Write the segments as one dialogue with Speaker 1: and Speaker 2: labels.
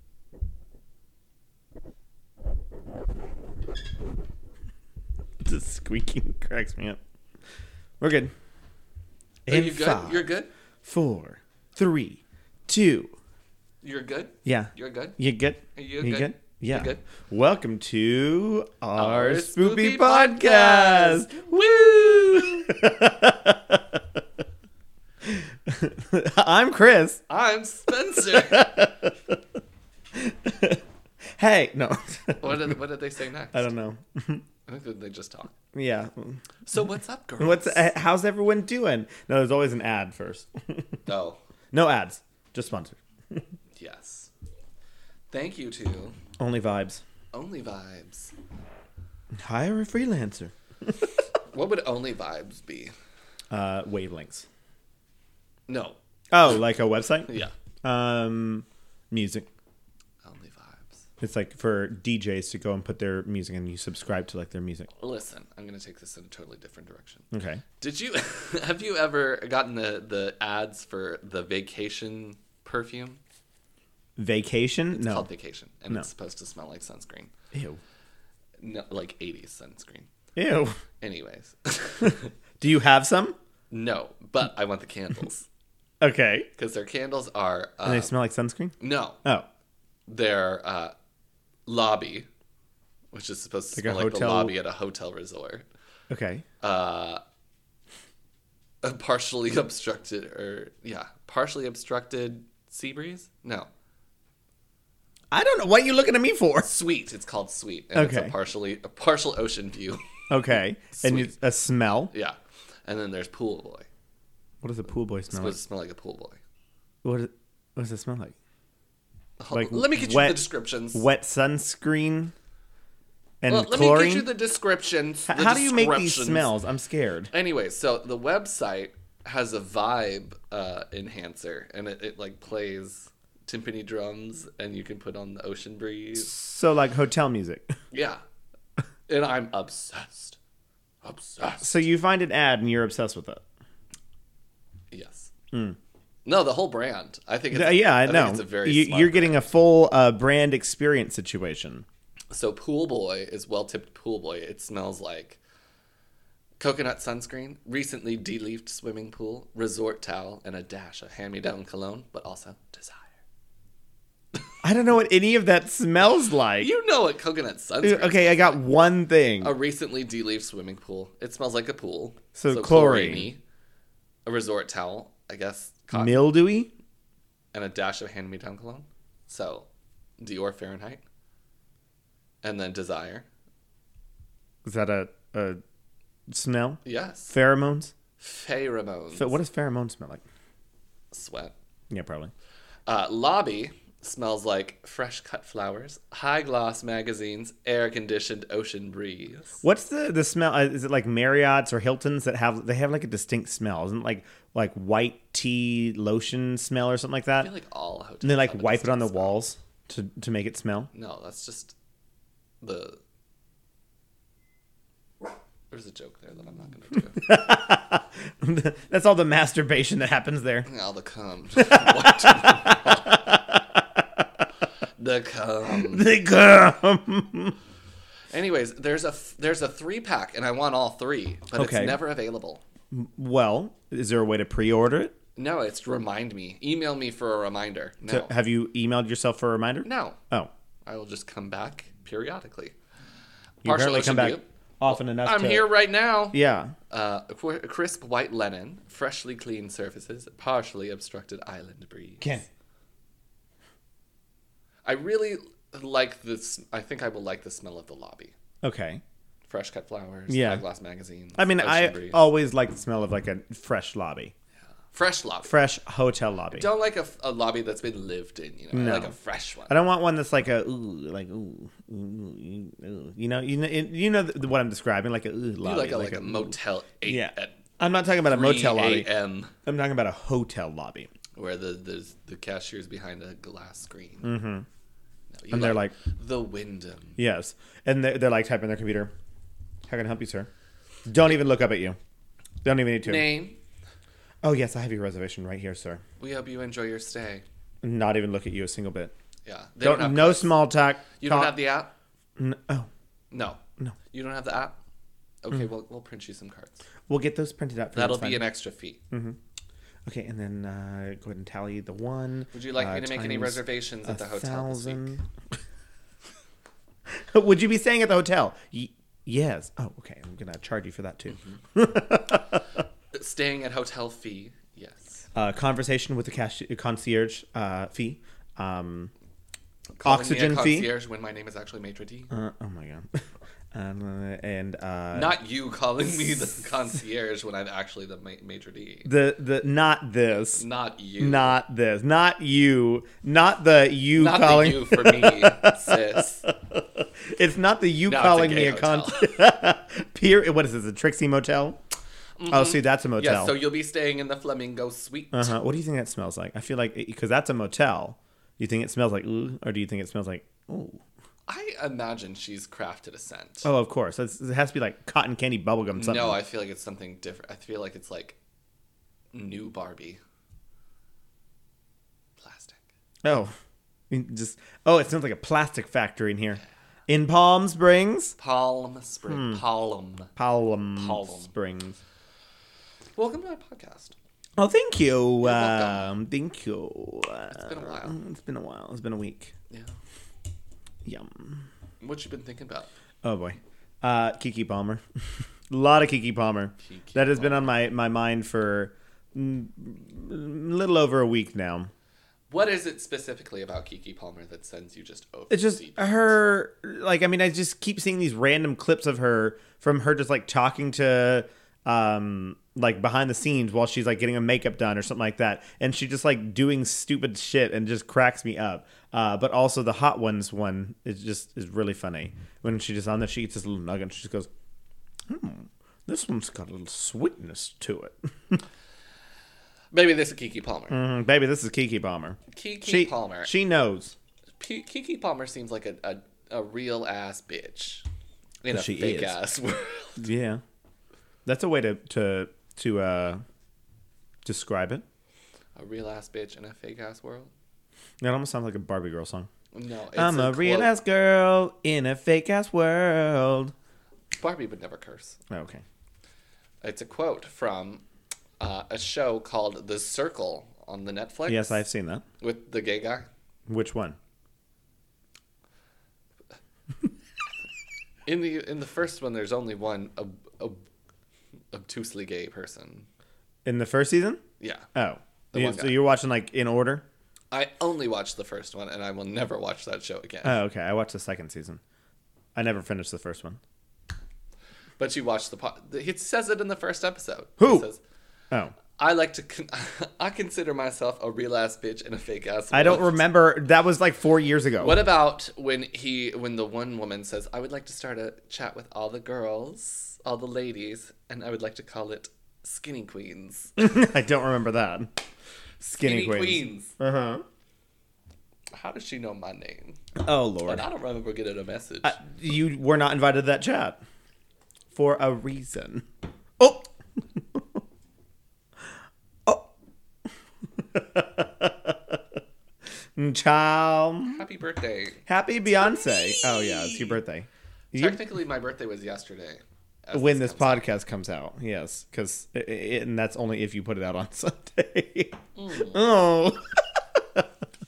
Speaker 1: the squeaking cracks me up. We're good.
Speaker 2: Are
Speaker 1: In
Speaker 2: you good?
Speaker 1: five,
Speaker 2: You're good.
Speaker 1: four, three, two.
Speaker 2: You're good.
Speaker 1: Yeah.
Speaker 2: You're good.
Speaker 1: You good?
Speaker 2: Are you good?
Speaker 1: Yeah.
Speaker 2: You good?
Speaker 1: Welcome to our,
Speaker 2: Our
Speaker 1: Spoopy,
Speaker 2: Spoopy
Speaker 1: podcast. Woo! I'm Chris.
Speaker 2: I'm Spencer.
Speaker 1: Hey, no.
Speaker 2: what did What did they say next?
Speaker 1: I don't know.
Speaker 2: I think that they just talked.
Speaker 1: yeah.
Speaker 2: So what's up, girl?
Speaker 1: What's uh, how's everyone doing? No, there's always an ad first.
Speaker 2: Oh,
Speaker 1: no ads. Just sponsored.
Speaker 2: yes. Thank you to
Speaker 1: Only vibes.
Speaker 2: Only Vibes.
Speaker 1: Hire a freelancer.
Speaker 2: What would Only Vibes be?
Speaker 1: Uh, wavelengths.
Speaker 2: No.
Speaker 1: Oh, like a website?
Speaker 2: Yeah.
Speaker 1: Um, music.
Speaker 2: Only Vibes.
Speaker 1: It's like for DJs to go and put their music and you subscribe to like their music.
Speaker 2: Listen, I'm gonna take this in a totally different direction.
Speaker 1: Okay.
Speaker 2: Did you have you ever gotten the the ads for the vacation perfume?
Speaker 1: Vacation?
Speaker 2: It's
Speaker 1: no.
Speaker 2: called Vacation, and
Speaker 1: No.
Speaker 2: it's supposed to smell like sunscreen,
Speaker 1: Ew.
Speaker 2: no, like '80s sunscreen.
Speaker 1: Ew.
Speaker 2: Anyways,
Speaker 1: Do you have some?
Speaker 2: no, but I want the candles
Speaker 1: Okay.
Speaker 2: because their candles are
Speaker 1: And they
Speaker 2: uh,
Speaker 1: smell like sunscreen?
Speaker 2: no,
Speaker 1: Oh.
Speaker 2: their uh, lobby, which is supposed to
Speaker 1: Like a
Speaker 2: smell like the
Speaker 1: hotel-
Speaker 2: lobby at a hotel resort,
Speaker 1: Okay.
Speaker 2: a partially obstructed or yeah, partially obstructed sea breeze. No,
Speaker 1: I don't know what you looking at me for.
Speaker 2: sweet. It's called sweet, and it's
Speaker 1: Okay.
Speaker 2: a partially a partial ocean view.
Speaker 1: Okay. And you, a smell.
Speaker 2: yeah, and then there's pool boy.
Speaker 1: What does a pool boy
Speaker 2: It's
Speaker 1: smell
Speaker 2: supposed
Speaker 1: like?
Speaker 2: to smell like a pool boy.
Speaker 1: What, is, what does it smell like?
Speaker 2: Hold-
Speaker 1: Like
Speaker 2: let me get you the
Speaker 1: wet-
Speaker 2: descriptions.
Speaker 1: Wet sunscreen and
Speaker 2: Well, let me
Speaker 1: chlorine?
Speaker 2: get you the descriptions.
Speaker 1: H-
Speaker 2: the
Speaker 1: How do you make these
Speaker 2: descriptions.
Speaker 1: smells? I'm scared.
Speaker 2: Anyway, so the website has a vibe uh, enhancer, and it, it like plays timpani drums, and you can put on the ocean breeze.
Speaker 1: So like hotel music.
Speaker 2: Yeah, and I'm obsessed, obsessed.
Speaker 1: So you find an ad and you're obsessed with it.
Speaker 2: Yes. No, the whole brand. I think. It's,
Speaker 1: Uh, Hmm. yeah, I,
Speaker 2: think
Speaker 1: know.
Speaker 2: it's a very.
Speaker 1: you,
Speaker 2: smart
Speaker 1: you're getting a full uh, brand experience situation.
Speaker 2: So pool boy is well tipped pool boy. It smells like coconut sunscreen, recently de-leafed swimming pool, resort towel, and a dash of hand-me-down cologne, but also desire.
Speaker 1: I don't know what any of that smells like.
Speaker 2: You know what coconut sunscreen?
Speaker 1: okay, I got one thing.
Speaker 2: A recently de-leafed swimming pool. It smells like a pool.
Speaker 1: So chlorine.
Speaker 2: chloriney. A resort towel, I guess, cotton,
Speaker 1: Mildewy.
Speaker 2: and a dash of hand-me-down cologne. So Dior Fahrenheit, and then desire.
Speaker 1: Is that a, a smell?
Speaker 2: Yes,
Speaker 1: Pheromones.
Speaker 2: pheromones.
Speaker 1: So what does pheromone smell like?
Speaker 2: Sweat.
Speaker 1: Yeah, probably.
Speaker 2: Uh, lobby smells like fresh cut flowers, high gloss magazines, air conditioned ocean breeze.
Speaker 1: What's the the smell? uh, Is it like Marriott's or Hilton's that have they have like a distinct smell? Isn't it like like white tea lotion smell or something like
Speaker 2: I
Speaker 1: that?
Speaker 2: feel like all hotels.
Speaker 1: And they like
Speaker 2: have a
Speaker 1: wipe it on the
Speaker 2: distinct
Speaker 1: walls to to make it smell.
Speaker 2: smell. No, that's just the. There's a joke there that I'm not going to do.
Speaker 1: That's all the masturbation that happens there.
Speaker 2: all the cum. Wiped on the wall. the cum.
Speaker 1: The gum.
Speaker 2: Anyways, there's a f- there's a three pack, and I want all three, but
Speaker 1: Okay.
Speaker 2: it's never available.
Speaker 1: Well, is there a way to pre-order it?
Speaker 2: No, it's remind me. Email me for a reminder. No,
Speaker 1: Have you emailed yourself for a reminder?
Speaker 2: no.
Speaker 1: Oh,
Speaker 2: I will just come back periodically.
Speaker 1: you
Speaker 2: Partial
Speaker 1: apparently
Speaker 2: ocean
Speaker 1: come back
Speaker 2: view.
Speaker 1: often enough.
Speaker 2: I'm
Speaker 1: to-
Speaker 2: here right now.
Speaker 1: Yeah.
Speaker 2: Uh, a qu- a crisp white linen, freshly clean surfaces, partially obstructed island breeze.
Speaker 1: Ken.
Speaker 2: I really like this. I think I will like the smell of the lobby.
Speaker 1: Okay.
Speaker 2: Fresh cut flowers.
Speaker 1: Yeah.
Speaker 2: Yeah. Glass magazine.
Speaker 1: I mean, I always like the smell of like a fresh lobby,
Speaker 2: fresh lobby.
Speaker 1: fresh hotel lobby.
Speaker 2: don't like a, f- a lobby that's been lived in. You know, I
Speaker 1: No.
Speaker 2: like a fresh one.
Speaker 1: I don't want one that's like a ooh, like ooh, ooh, ooh, ooh. you know, you know, you know th- what I'm describing, like a ooh lobby,
Speaker 2: You like a like, a
Speaker 1: ooh.
Speaker 2: motel eight
Speaker 1: Yeah,
Speaker 2: at
Speaker 1: I'm not talking about a motel lobby.
Speaker 2: a.m.
Speaker 1: I'm talking about a hotel lobby,
Speaker 2: where the the, the cashier's behind a glass screen. Mm-hmm. No, you
Speaker 1: and they're like,
Speaker 2: the Wyndham.
Speaker 1: yes, and they're, they're like typing on their computer. How can I help you, sir? Don't even look up at you. Don't even need to.
Speaker 2: Name.
Speaker 1: Oh yes, I have your reservation right here, sir.
Speaker 2: We hope you enjoy your stay.
Speaker 1: Not even look at you a single bit.
Speaker 2: Yeah. They
Speaker 1: Don't,
Speaker 2: have
Speaker 1: no
Speaker 2: clothes.
Speaker 1: small talk.
Speaker 2: You don't have the app.
Speaker 1: the. oh,
Speaker 2: No. No. You don't have the app. Okay,
Speaker 1: Mm-hmm.
Speaker 2: well, we'll print you some cards.
Speaker 1: We'll get those printed out. For
Speaker 2: That'll
Speaker 1: next
Speaker 2: be
Speaker 1: time.
Speaker 2: an extra fee.
Speaker 1: Mm-hmm. okay. And then uh, go ahead and tally the one.
Speaker 2: Would you like
Speaker 1: uh,
Speaker 2: me to make any
Speaker 1: times
Speaker 2: reservations
Speaker 1: a
Speaker 2: at the hotel this week?
Speaker 1: thousand. Would you be staying at the hotel? Y- yes. Oh, okay. I'm gonna charge you for that too.
Speaker 2: Mm-hmm. Uh, Staying at hotel fee, yes.
Speaker 1: Uh, conversation with the cash concierge uh, fee. Um,
Speaker 2: Calling me a
Speaker 1: Oxygen fee?
Speaker 2: concierge when my name is actually maitre d.
Speaker 1: uh, oh my god. Um, and uh,
Speaker 2: Not you calling me the concierge when I'm actually the ma- maitre d.
Speaker 1: the the not this.
Speaker 2: Not you.
Speaker 1: Not this. Not you. Not the you
Speaker 2: Not
Speaker 1: calling.
Speaker 2: the you for me, sis.
Speaker 1: It's not the you
Speaker 2: No, it's a
Speaker 1: calling
Speaker 2: gay
Speaker 1: me a con. Pier. What is this? A Trixie Motel? Oh, see, that's a
Speaker 2: Mm-hmm. Yes,
Speaker 1: motel.
Speaker 2: so you'll be staying in the Flamingo Suite.
Speaker 1: uh-huh. What do you think that smells like? I feel like because that's a motel. You think it smells like ooh, or do you think it smells like ooh?
Speaker 2: I imagine she's crafted a scent.
Speaker 1: Oh, of course. That's, it has to be like cotton candy bubblegum something.
Speaker 2: no, I feel like it's something different. I feel like it's like new Barbie. Plastic.
Speaker 1: oh, I mean, just oh, it smells like a plastic factory in here, in Palm Springs.
Speaker 2: Palm
Speaker 1: Hmm.
Speaker 2: Spring. Palm.
Speaker 1: Palm,
Speaker 2: Palm.
Speaker 1: Springs.
Speaker 2: Welcome to my podcast.
Speaker 1: Oh, thank you.
Speaker 2: welcome.
Speaker 1: Um, thank you. It's
Speaker 2: been a while.
Speaker 1: It's been a while. It's been a week.
Speaker 2: Yeah.
Speaker 1: Yum.
Speaker 2: What you been thinking about?
Speaker 1: Oh boy, uh, Kiki Palmer. a lot of Kiki Palmer.
Speaker 2: Keke
Speaker 1: that has been on my my mind for mm, a little over a week now.
Speaker 2: What is it specifically about Kiki Palmer that sends you just over?
Speaker 1: It's just
Speaker 2: the deep?
Speaker 1: her. Like I mean, I just keep seeing these random clips of her from her just like talking to um like behind the scenes while she's like getting a makeup done or something like that and she just like doing stupid shit and just cracks me up uh but also the hot ones one is just is really funny when she just on there she gets this little nugget and she just goes "Hmm, This one's got a little sweetness to it.
Speaker 2: Maybe this is Kiki Palmer.
Speaker 1: Mm, baby, this is Kiki Palmer.
Speaker 2: Kiki
Speaker 1: She
Speaker 2: Palmer.
Speaker 1: She knows.
Speaker 2: P- Kiki Palmer seems like a, a, a real ass bitch in a
Speaker 1: She
Speaker 2: fake
Speaker 1: is.
Speaker 2: ass world.
Speaker 1: Yeah. That's a way to to to uh describe it.
Speaker 2: A real ass bitch in a fake ass world.
Speaker 1: That almost sounds like a Barbie girl song.
Speaker 2: No, it's
Speaker 1: I'm a, real
Speaker 2: quote.
Speaker 1: ass girl in a fake ass world. Oh,
Speaker 2: Barbie would never curse.
Speaker 1: Okay.
Speaker 2: It's a quote from uh, a show called The Circle on the Netflix.
Speaker 1: Yes, I've seen that.
Speaker 2: with the gay guy.
Speaker 1: Which one?
Speaker 2: In the in the first one, there's only one ob- ob- obtusely gay person.
Speaker 1: In the first season?
Speaker 2: Yeah,
Speaker 1: Oh.
Speaker 2: The
Speaker 1: You-
Speaker 2: one
Speaker 1: so
Speaker 2: guy.
Speaker 1: you're watching like in order?
Speaker 2: I only watched the first one, and I will never watch that show again.
Speaker 1: Oh, okay. I watched the second season. I never finished the first one.
Speaker 2: but you watch the po- he says it in the first episode.
Speaker 1: Who?
Speaker 2: He says,
Speaker 1: Oh.
Speaker 2: I like to con- I consider myself a real ass bitch and a fake ass.
Speaker 1: I don't
Speaker 2: world."
Speaker 1: remember. That was like four years ago.
Speaker 2: What about when he when the one woman says, "I would like to start a chat with all the girls, all the ladies, and I would like to call it Skinny Queens."
Speaker 1: I don't remember that. Skinny, queens. Uh huh.
Speaker 2: How does she know my name?
Speaker 1: Oh
Speaker 2: And
Speaker 1: lord.
Speaker 2: I don't remember getting a message.
Speaker 1: You were not invited to that chat for a reason. Oh. oh. Ciao.
Speaker 2: Happy birthday.
Speaker 1: Mm, Happy Beyonce. Oh yeah, it's your birthday. You-
Speaker 2: Technically, my birthday was yesterday. as
Speaker 1: when this
Speaker 2: comes out.
Speaker 1: podcast comes out, yes, because and that's only if you put it out on Sunday. Oh.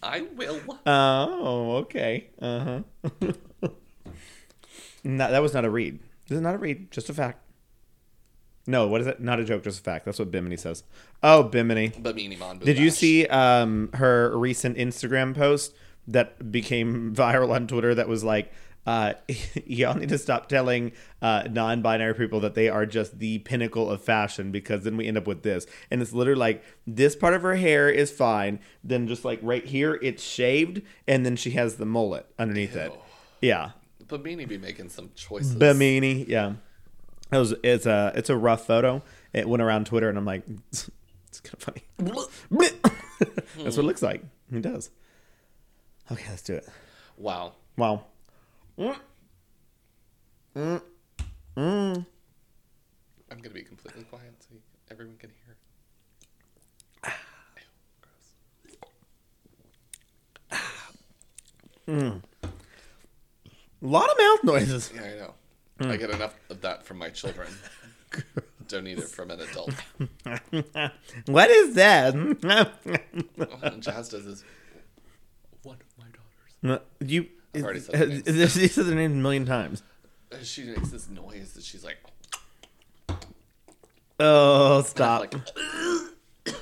Speaker 2: I will.
Speaker 1: Oh, okay. Uh huh. no, that was not a read. This is not a read. Just a fact. No, what is it? Not a joke, just a fact. That's what Bimini says. Oh, Bimini.
Speaker 2: But meanie mon.
Speaker 1: Did you
Speaker 2: booblash.
Speaker 1: see um, her recent Instagram post that became viral on Twitter that was like, uh, y'all need to stop telling uh, non binary people that they are just the pinnacle of fashion because then we end up with this. And it's literally like this part of her hair is fine. Then just like right here, it's shaved. And then she has the mullet underneath it. Yeah.
Speaker 2: But meanie be making some choices.
Speaker 1: Bimini. Yeah. It was, it's, a, it's a rough photo. It went around Twitter and I'm like, it's kind of funny. That's what it looks like. It does. Okay, let's do it.
Speaker 2: wow.
Speaker 1: Wow.
Speaker 2: I'm gonna be completely quiet so you- everyone can hear. Ew, gross.
Speaker 1: A lot of mouth noises.
Speaker 2: Yeah, I know.
Speaker 1: Hmm.
Speaker 2: I get enough of that from my children. Don't need it from an adult.
Speaker 1: What is that?
Speaker 2: Jazz does is one of my daughters.
Speaker 1: you.
Speaker 2: I've already said the
Speaker 1: you said the name a million times.
Speaker 2: uh, She makes this noise that she's like,
Speaker 1: Oh, stop.
Speaker 2: like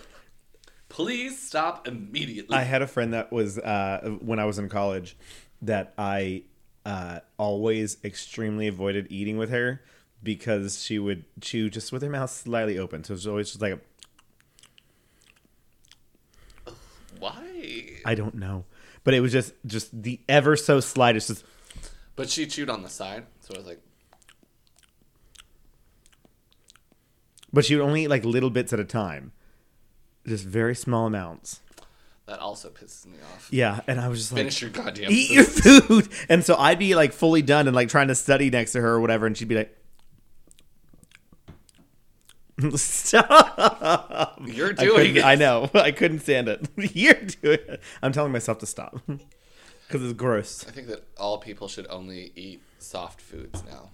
Speaker 2: please stop immediately.
Speaker 1: I had a friend that was uh, when I was in college that I uh, always extremely avoided eating with her because she would chew just with her mouth slightly open. So it was always just like,
Speaker 2: Why?
Speaker 1: I don't know. But it was just just the ever so slightest. Just,
Speaker 2: But she chewed on the side, so I was like,
Speaker 1: but she would only eat like little bits at a time, just very small amounts.
Speaker 2: that also pisses me off.
Speaker 1: Yeah, and I was just like,
Speaker 2: Finish your goddamn.
Speaker 1: eat
Speaker 2: food.
Speaker 1: your food. And so I'd be like fully done and like trying to study next to her or whatever, and she'd be like, "Stop!"
Speaker 2: You're
Speaker 1: I,
Speaker 2: doing
Speaker 1: couldn't-
Speaker 2: it.
Speaker 1: I know. I couldn't stand it. You're doing it. I'm telling myself to stop because it's gross.
Speaker 2: I think that all people should only eat soft foods now.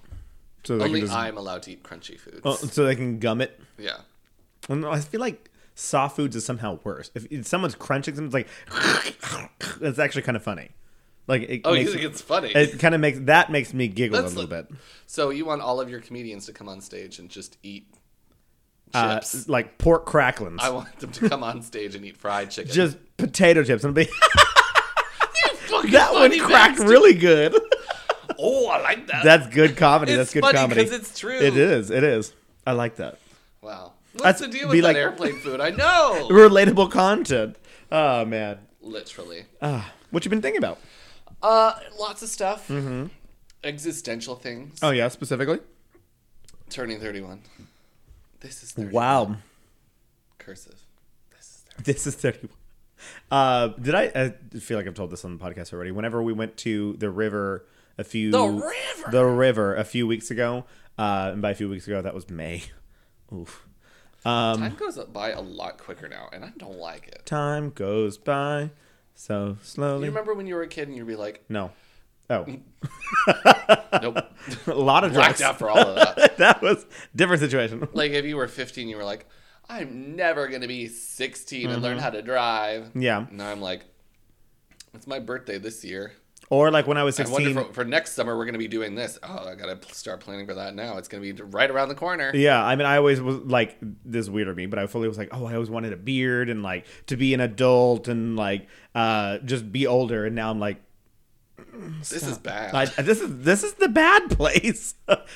Speaker 1: So they
Speaker 2: Only
Speaker 1: can just,
Speaker 2: I'm allowed to eat crunchy foods.
Speaker 1: oh, so they can gum it.
Speaker 2: Yeah.
Speaker 1: I don't know, I feel like soft foods is somehow worse. If, if someone's crunching something, it's like it's actually kind of funny. Like it
Speaker 2: Oh, you
Speaker 1: makes
Speaker 2: think it's funny?
Speaker 1: it kind of makes that makes me giggle
Speaker 2: That's
Speaker 1: a little
Speaker 2: like-
Speaker 1: bit.
Speaker 2: so you want all of your comedians to come on stage and just eat
Speaker 1: Uh,
Speaker 2: chips?
Speaker 1: like pork cracklings.
Speaker 2: I want them to come on stage and eat fried chicken.
Speaker 1: just potato chips and be
Speaker 2: Fucking
Speaker 1: that one
Speaker 2: funny
Speaker 1: cracked
Speaker 2: bastard.
Speaker 1: really good.
Speaker 2: Oh, I like that.
Speaker 1: That's good comedy.
Speaker 2: It's
Speaker 1: That's good
Speaker 2: funny
Speaker 1: comedy.
Speaker 2: 'cause it's true.
Speaker 1: It is. It is. I like that.
Speaker 2: wow. What's
Speaker 1: That's-
Speaker 2: the deal
Speaker 1: be
Speaker 2: with that
Speaker 1: like-
Speaker 2: airplane food? I know.
Speaker 1: Relatable content. Oh man.
Speaker 2: Literally.
Speaker 1: Ah, what you been thinking about?
Speaker 2: Uh, lots of stuff. Existential things.
Speaker 1: Mm-hmm. Oh yeah, specifically.
Speaker 2: Turning thirty-one. This is 31.
Speaker 1: Wow,
Speaker 2: Cursive. This is 31.
Speaker 1: this is thirty. Uh, did I, I feel like I've told this on the podcast already? Whenever we went to the river a few
Speaker 2: The river!
Speaker 1: the river a few weeks ago, uh, and by a few weeks ago that was May. Oof. Um,
Speaker 2: Time goes by a lot quicker now, and I don't like it.
Speaker 1: Time goes by so
Speaker 2: You
Speaker 1: slowly.
Speaker 2: remember when you were a kid and you'd be like,
Speaker 1: No. Oh,
Speaker 2: nope,
Speaker 1: a lot of drugs.
Speaker 2: blacked out for all of that.
Speaker 1: that was different situation.
Speaker 2: like if you were 15, you were like, I'm never gonna be 16 and learn how to drive.
Speaker 1: Mm-hmm. Yeah.
Speaker 2: Now I'm like, it's my birthday this year.
Speaker 1: Or like when I was
Speaker 2: I wonder
Speaker 1: 16.
Speaker 2: for, for next summer we're gonna be doing this. Oh, I gotta pl- start planning for that now. It's gonna be right around the corner.
Speaker 1: Yeah, I mean, I always was like this is weird of me, but I fully was like, oh, I always wanted a beard and like to be an adult and like uh, just be older. And now I'm like,
Speaker 2: this is bad.
Speaker 1: I, this is this is the bad place.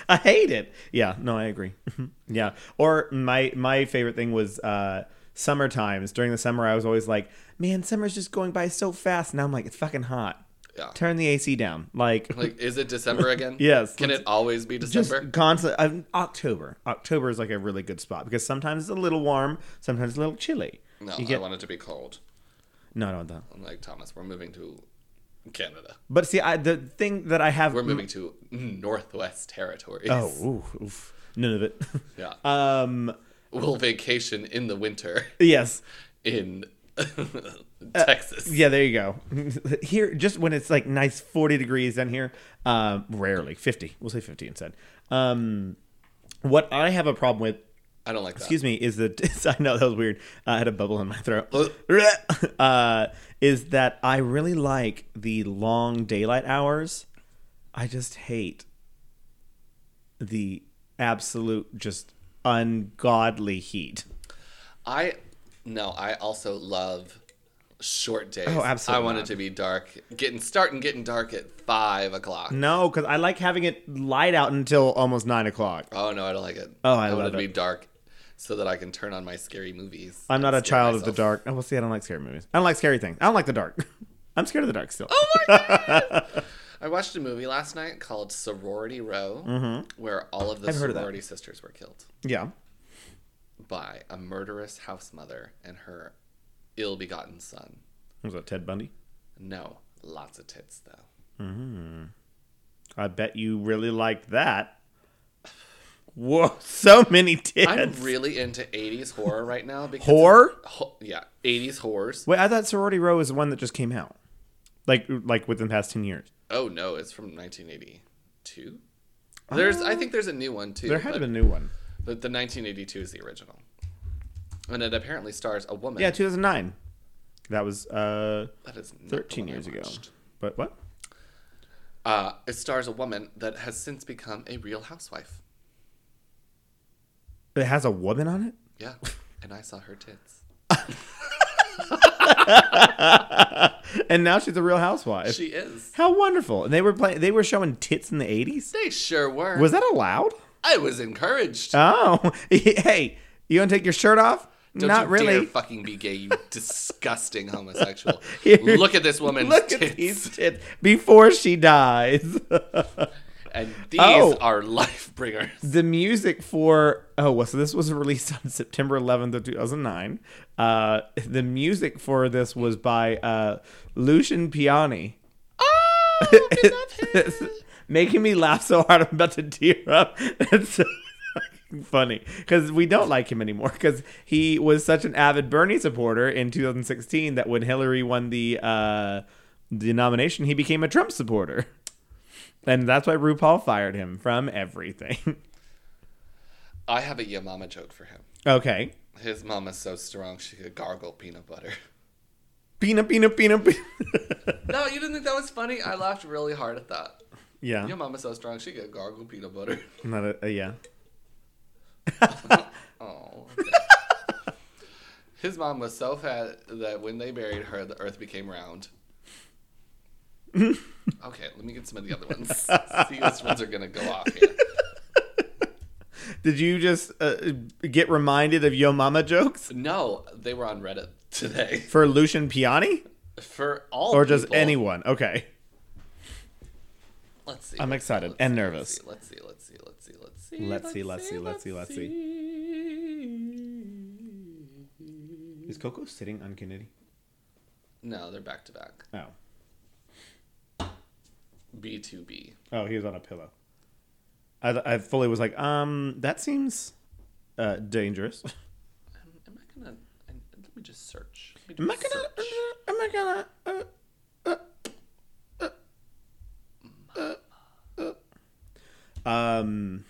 Speaker 1: I hate it. Yeah, no, I agree. yeah. Or my my favorite thing was uh summer times. During the summer I was always like, man, summer's just going by so fast. Now I'm like, it's fucking hot.
Speaker 2: Yeah.
Speaker 1: Turn the AC down. Like,
Speaker 2: like, is it December again?
Speaker 1: Yes,
Speaker 2: Can
Speaker 1: let's-
Speaker 2: it always be
Speaker 1: just
Speaker 2: December?
Speaker 1: constant uh, October. October is like a really good spot because sometimes it's a little warm, sometimes it's a little chilly.
Speaker 2: no,
Speaker 1: you get,
Speaker 2: I want it to be cold.
Speaker 1: no, no, no.
Speaker 2: I'm like Thomas, we're moving to Canada.
Speaker 1: But see, I the thing that I have
Speaker 2: We're moving to Northwest Territories.
Speaker 1: Mm. Oh, ooh, oof. none of it.
Speaker 2: yeah.
Speaker 1: um,
Speaker 2: we'll vacation in the winter
Speaker 1: yes.
Speaker 2: in Texas.
Speaker 1: Yeah, there you go. Here, just when it's like nice forty degrees down here, um, rarely fifty. We'll say fifty instead. Um, what I have a problem with,
Speaker 2: I don't like that.
Speaker 1: excuse me, is that I know that was weird. I had a bubble in my throat. uh, is that I really like the long daylight hours. I just hate the absolute, just ungodly heat.
Speaker 2: I no, I also love short days.
Speaker 1: Oh, absolutely
Speaker 2: I want it
Speaker 1: not.
Speaker 2: to be dark. Getting starting getting dark at five o'clock.
Speaker 1: No, because I like having it light out until almost nine o'clock.
Speaker 2: Oh no, I don't like it.
Speaker 1: Oh, I
Speaker 2: want
Speaker 1: love
Speaker 2: it to be dark so that I can turn on my scary movies.
Speaker 1: I'm not
Speaker 2: and
Speaker 1: a
Speaker 2: scare
Speaker 1: child of
Speaker 2: myself.
Speaker 1: the dark. Oh, well, see, I don't like scary movies. I don't like scary things. I don't like the dark. I'm scared of the dark still. Oh,
Speaker 2: I watched a movie last night called Sorority Row, where all of the
Speaker 1: I've Mm-hmm. heard of that.
Speaker 2: sorority sisters were killed.
Speaker 1: yeah.
Speaker 2: by a murderous house mother and her ill-begotten son.
Speaker 1: Was that Ted Bundy?
Speaker 2: No, lots of tits though.
Speaker 1: I bet you really liked that. Whoa, so many
Speaker 2: I'm
Speaker 1: tits.
Speaker 2: really into 80s horror right now because
Speaker 1: Horror?
Speaker 2: Ho- yeah, 80s horrors.
Speaker 1: Wait, I thought Sorority Row was the one that just came out, like like within the past ten years.
Speaker 2: Oh no, it's from 1982. There's, I think there's a new one too.
Speaker 1: Ah. There had to
Speaker 2: but,
Speaker 1: be a new one.
Speaker 2: but the 1982 is the original, and it apparently stars a woman.
Speaker 1: Yeah, 2009. That was uh,
Speaker 2: that is not the
Speaker 1: 13
Speaker 2: one I
Speaker 1: years ago.
Speaker 2: watched.
Speaker 1: But what?
Speaker 2: Uh, it stars a woman that has since become a real housewife.
Speaker 1: It has a woman on it?
Speaker 2: Yeah, and I saw her tits.
Speaker 1: And now she's a real housewife.
Speaker 2: She is.
Speaker 1: How wonderful. And they were playing they were showing tits in the 80s?
Speaker 2: They sure were.
Speaker 1: Was that allowed?
Speaker 2: I was encouraged.
Speaker 1: Oh. hey, you going to take your shirt off?
Speaker 2: Don't
Speaker 1: Not
Speaker 2: you
Speaker 1: really.
Speaker 2: dare fucking be gay, you disgusting homosexual.
Speaker 1: Here-
Speaker 2: Look at this woman's
Speaker 1: Look
Speaker 2: tits.
Speaker 1: at these tits before she dies.
Speaker 2: And these
Speaker 1: Oh.
Speaker 2: are life bringers.
Speaker 1: the music for oh well, so this was released on September 11th of 2009. Uh, the music for this was by uh, Lucian Piani. making me laugh so hard I'm about to tear up. It's so fucking funny because we don't like him anymore because he was such an avid Bernie supporter in 2016 that when Hillary won the uh, the nomination, he became a Trump supporter, and that's why RuPaul fired him from everything.
Speaker 2: I have a your mama joke for him.
Speaker 1: okay,
Speaker 2: His mama's so strong she could gargle peanut butter.
Speaker 1: peanut, peanut, peanut, peanut.
Speaker 2: No, you didn't think that was funny? I laughed really hard at that.
Speaker 1: yeah,
Speaker 2: Your mama's so strong she could gargle peanut butter.
Speaker 1: not a, a yeah.
Speaker 2: Oh. His mom was so fat that when they buried her, the earth became round. okay, let me get some of the other ones. See which ones are gonna go off here.
Speaker 1: Did you just uh, get reminded of Yo Mama jokes
Speaker 2: No, they were on Reddit today
Speaker 1: for Lucian Piani
Speaker 2: for all
Speaker 1: or just
Speaker 2: people.
Speaker 1: anyone? Okay.
Speaker 2: Let's see.
Speaker 1: I'm
Speaker 2: let's see,
Speaker 1: excited
Speaker 2: let's
Speaker 1: and
Speaker 2: see,
Speaker 1: nervous.
Speaker 2: Let's see. Let's see. Let's see. Let's see.
Speaker 1: Let's see, let's see, let's see, let's see.
Speaker 2: see.
Speaker 1: Is Coco sitting on Kennedy?
Speaker 2: No, they're back to back.
Speaker 1: Oh.
Speaker 2: B two B.
Speaker 1: Oh, he was on a pillow. I, I fully was like, um, that seems uh, dangerous.
Speaker 2: Am I gonna? I- Let me just search. Let me
Speaker 1: Am I
Speaker 2: just
Speaker 1: gonna?
Speaker 2: search.
Speaker 1: Am I gonna? Uh, uh, uh, uh, uh. Um,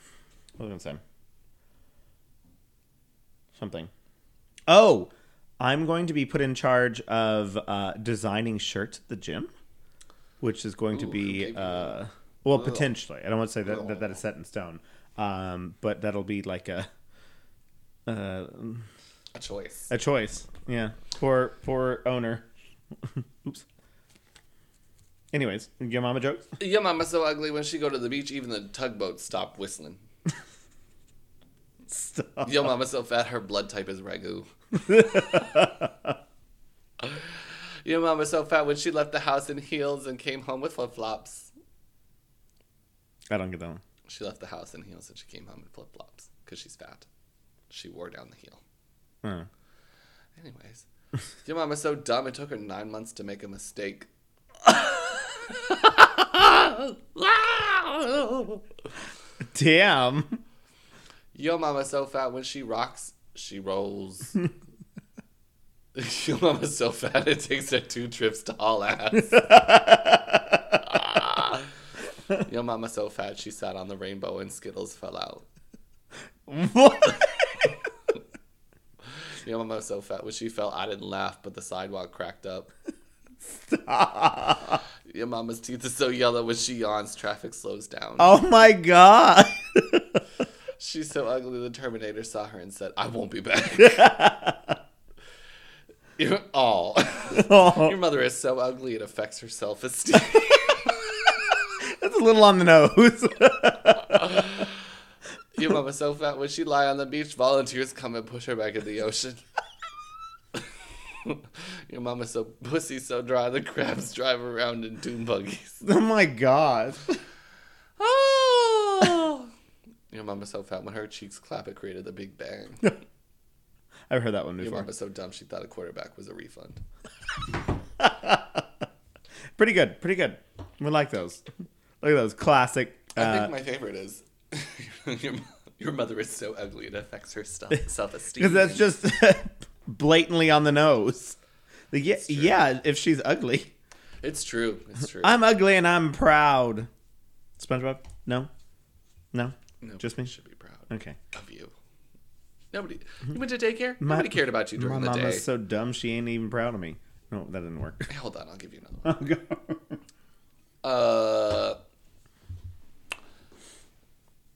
Speaker 1: what was I gonna say? Something. Oh, I'm going to be put in charge of uh, designing shirts at the gym, which is going to
Speaker 2: Ooh, who
Speaker 1: be
Speaker 2: gave you
Speaker 1: uh, well potentially. I don't want to say that, that that is set in stone, um, but that'll be like a uh,
Speaker 2: A choice.
Speaker 1: a choice. Yeah. Poor poor owner. Oops. Anyways, your mama jokes.
Speaker 2: Your mama's so ugly when she go to the beach, even the tugboats stop whistling.
Speaker 1: Stop.
Speaker 2: Your mama's so fat, her blood type is ragu. Your mama's so fat when she left the house in heels and came home with flip flops.
Speaker 1: I don't get that one.
Speaker 2: She left the house in heels and she came home in flip flops because she's fat. She wore down the heel.
Speaker 1: Oh.
Speaker 2: Anyways, your mama's so dumb it took her nine months to make a mistake.
Speaker 1: Damn.
Speaker 2: Yo mama's so fat when she rocks, she rolls. Yo mama's so fat it takes her two trips to haul ass. Yo mama's so fat she sat on the rainbow and Skittles fell out.
Speaker 1: What?
Speaker 2: Yo mama's so fat when she fell, I didn't laugh, but the sidewalk cracked up. Your mama's teeth are so yellow when she yawns, traffic slows down.
Speaker 1: oh my god.
Speaker 2: She's so ugly. The Terminator saw her and said, "I won't be back." You're all. Your
Speaker 1: Oh,
Speaker 2: mother is so ugly it affects her self esteem.
Speaker 1: that's a little on the nose.
Speaker 2: Your mama's so fat when she lie on the beach, volunteers come and push her back in the ocean. Your mama's so pussy so dry the crabs drive around in dune buggies.
Speaker 1: oh my god.
Speaker 2: Oh. Your mama's so fat when her cheeks clap it created the Big Bang.
Speaker 1: I've heard that one
Speaker 2: Your
Speaker 1: before.
Speaker 2: mama's so dumb she thought a quarterback was a refund.
Speaker 1: Pretty good. Pretty good. We like those. Look at those classic.
Speaker 2: I
Speaker 1: Uh,
Speaker 2: think my favorite is your, your mother is so ugly it affects her self esteem.
Speaker 1: Because that's just blatantly on the nose. Like, yeah, yeah, if she's ugly.
Speaker 2: it's true. It's true.
Speaker 1: I'm ugly and I'm proud. SpongeBob? No? No,
Speaker 2: Nobody
Speaker 1: just me.
Speaker 2: should be proud
Speaker 1: Okay.
Speaker 2: of you. Nobody. You went to daycare. Nobody cared about you
Speaker 1: My
Speaker 2: during the day.
Speaker 1: mama's so dumb she ain't even proud of me. No, that didn't work.
Speaker 2: Hey, Hold on, I'll give you another one. Uh,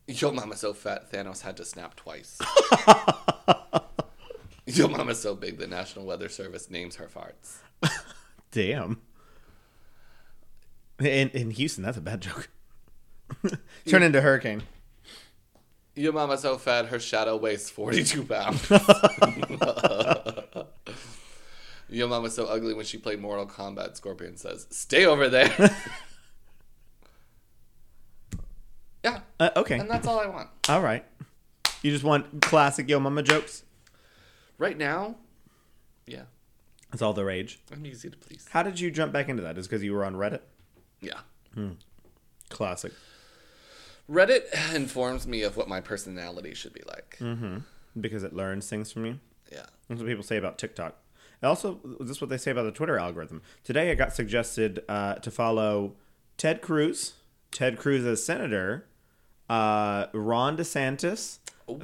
Speaker 2: Yo mama's so fat, Thanos had to snap twice. Yo mama's so big, the National Weather Service names her farts.
Speaker 1: Damn. In in Houston, that's a bad joke. Turn into hurricane.
Speaker 2: Yo mama's so fat, her shadow weighs 42 pounds. Yo mama's so ugly, when she played Mortal Kombat, Scorpion says, Stay over there. yeah,
Speaker 1: Uh, okay.
Speaker 2: and that's all I want.
Speaker 1: All right. You just want classic Yo Mama jokes.
Speaker 2: Right now, yeah,
Speaker 1: It's all the rage.
Speaker 2: I'm easy to please.
Speaker 1: How did you jump back into that? Is because you were on Reddit?
Speaker 2: Yeah.
Speaker 1: Classic.
Speaker 2: Reddit informs me of what my personality should be like.
Speaker 1: Hmm. Because it learns things from you.
Speaker 2: Yeah.
Speaker 1: That's what people say about TikTok. And also, this is what they say about the Twitter algorithm. Today, I got suggested uh, to follow Ted Cruz, Ted Cruz as senator, uh, Ron DeSantis,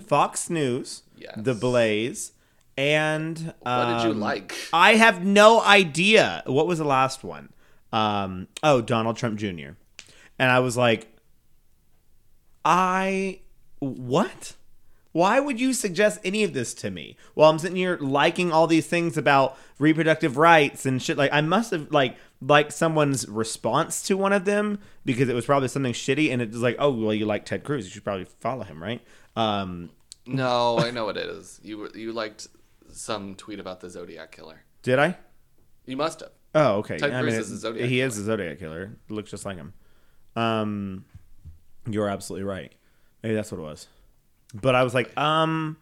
Speaker 1: Fox News,
Speaker 2: Oh. Yes.
Speaker 1: The Blaze, and
Speaker 2: What did you
Speaker 1: um,
Speaker 2: like?
Speaker 1: I have no idea. What was the last one? Um, oh, Donald Trump Jr. And I was like, I what? Why would you suggest any of this to me? While I'm sitting here liking all these things about reproductive rights and shit, like I must have like liked someone's response to one of them because it was probably something shitty, and it was like, oh well, you like Ted Cruz, you should probably follow him, right? Um,
Speaker 2: No, I know what it is. You were, you liked some tweet about the Zodiac killer.
Speaker 1: did I?
Speaker 2: You must have.
Speaker 1: Oh, okay.
Speaker 2: Ted Cruz is
Speaker 1: it-
Speaker 2: a Zodiac
Speaker 1: He is a Zodiac killer. Looks just like him. Um, you're absolutely right. Maybe that's what it was. But I was like, um,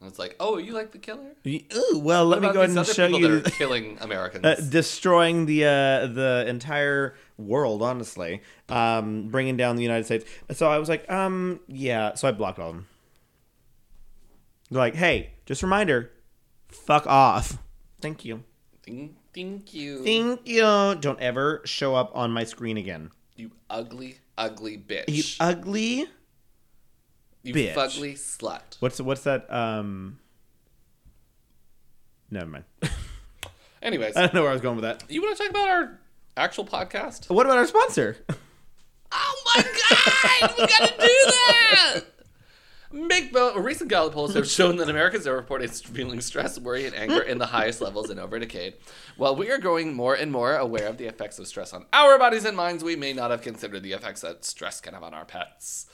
Speaker 2: And it's like, oh, you like the killer?
Speaker 1: y- ooh, well, let me
Speaker 2: About
Speaker 1: go ahead
Speaker 2: these
Speaker 1: and
Speaker 2: other
Speaker 1: show
Speaker 2: people
Speaker 1: you
Speaker 2: that are killing Americans.
Speaker 1: uh, destroying the uh, the entire world. Honestly, um, bringing down the United States. So I was like, um, yeah. So I blocked all of them. They're like, hey, just a reminder, fuck off. Thank you.
Speaker 2: Ding- Thank you.
Speaker 1: Thank you. Don't ever show up on my screen again.
Speaker 2: You ugly, ugly bitch.
Speaker 1: You
Speaker 2: You,
Speaker 1: ugly. bitch.
Speaker 2: fugly slut.
Speaker 1: What's what's that? Um. Never mind. I
Speaker 2: Anyways,
Speaker 1: don't know where I was going with that.
Speaker 2: you want to talk about our actual podcast?
Speaker 1: What about our sponsor?
Speaker 2: Oh my God! we gotta do that. Big Bo- recent Gallup polls have shown that Americans are reporting feeling stress, worry, and anger in the highest levels in over a decade. While we are growing more and more aware of the effects of stress on our bodies and minds, we may not have considered the effects that stress can have on our pets.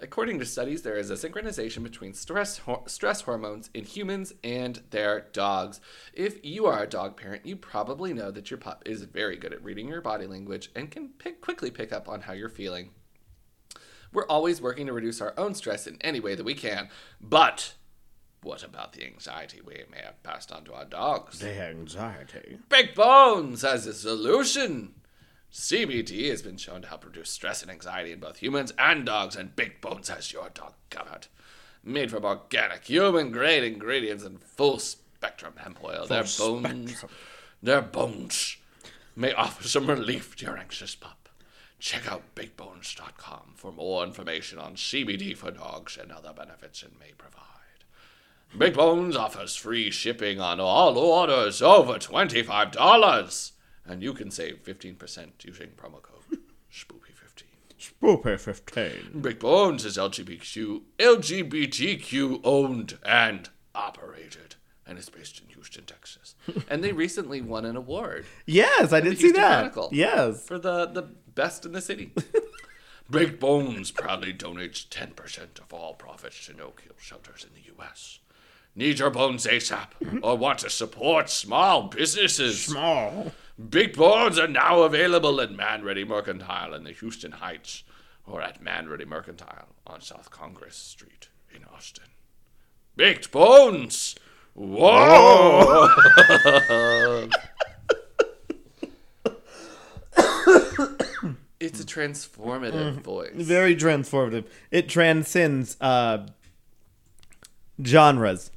Speaker 2: According to studies, there is a synchronization between stress ho- stress hormones in humans and their dogs. If you are a dog parent, you probably know that your pup is very good at reading your body language and can pick, quickly pick up on how you're feeling. We're always working to reduce our own stress in any way that we can, but what about the anxiety we may have passed on to our dogs?
Speaker 1: The anxiety.
Speaker 2: Big Bones has a solution. CBT has been shown to help reduce stress and anxiety in both humans and dogs, and Big Bones has your dog covered. Made from organic, human grade ingredients and full spectrum hemp oil, their bones, their bones may offer some relief to your anxious pup. Check out bigbones.com for more information on CBD for dogs and other benefits it may provide. Big Bones offers free shipping on all orders over $25, and you can save 15% using promo code SPOOPY15.
Speaker 1: Spoopy fifteen.
Speaker 2: Big Bones is LGBTQ, LGBTQ owned and operated, and is based in Houston, Texas. and they recently won an award
Speaker 1: Yes, I did see
Speaker 2: Houston
Speaker 1: that.
Speaker 2: Chronicle.
Speaker 1: Yes.
Speaker 2: for the, the best in the city. Big Bones proudly donates 10% of all profits to no kill shelters in the U.S. Need your bones ASAP or want to support small businesses?
Speaker 1: Small.
Speaker 2: Big Bones are now available at Man Ready Mercantile in the Houston Heights or at Man Ready Mercantile on South Congress Street in Austin. Baked Bones! Whoa! it's a transformative
Speaker 1: Mm-hmm.
Speaker 2: voice.
Speaker 1: Very transformative. It transcends uh, genres.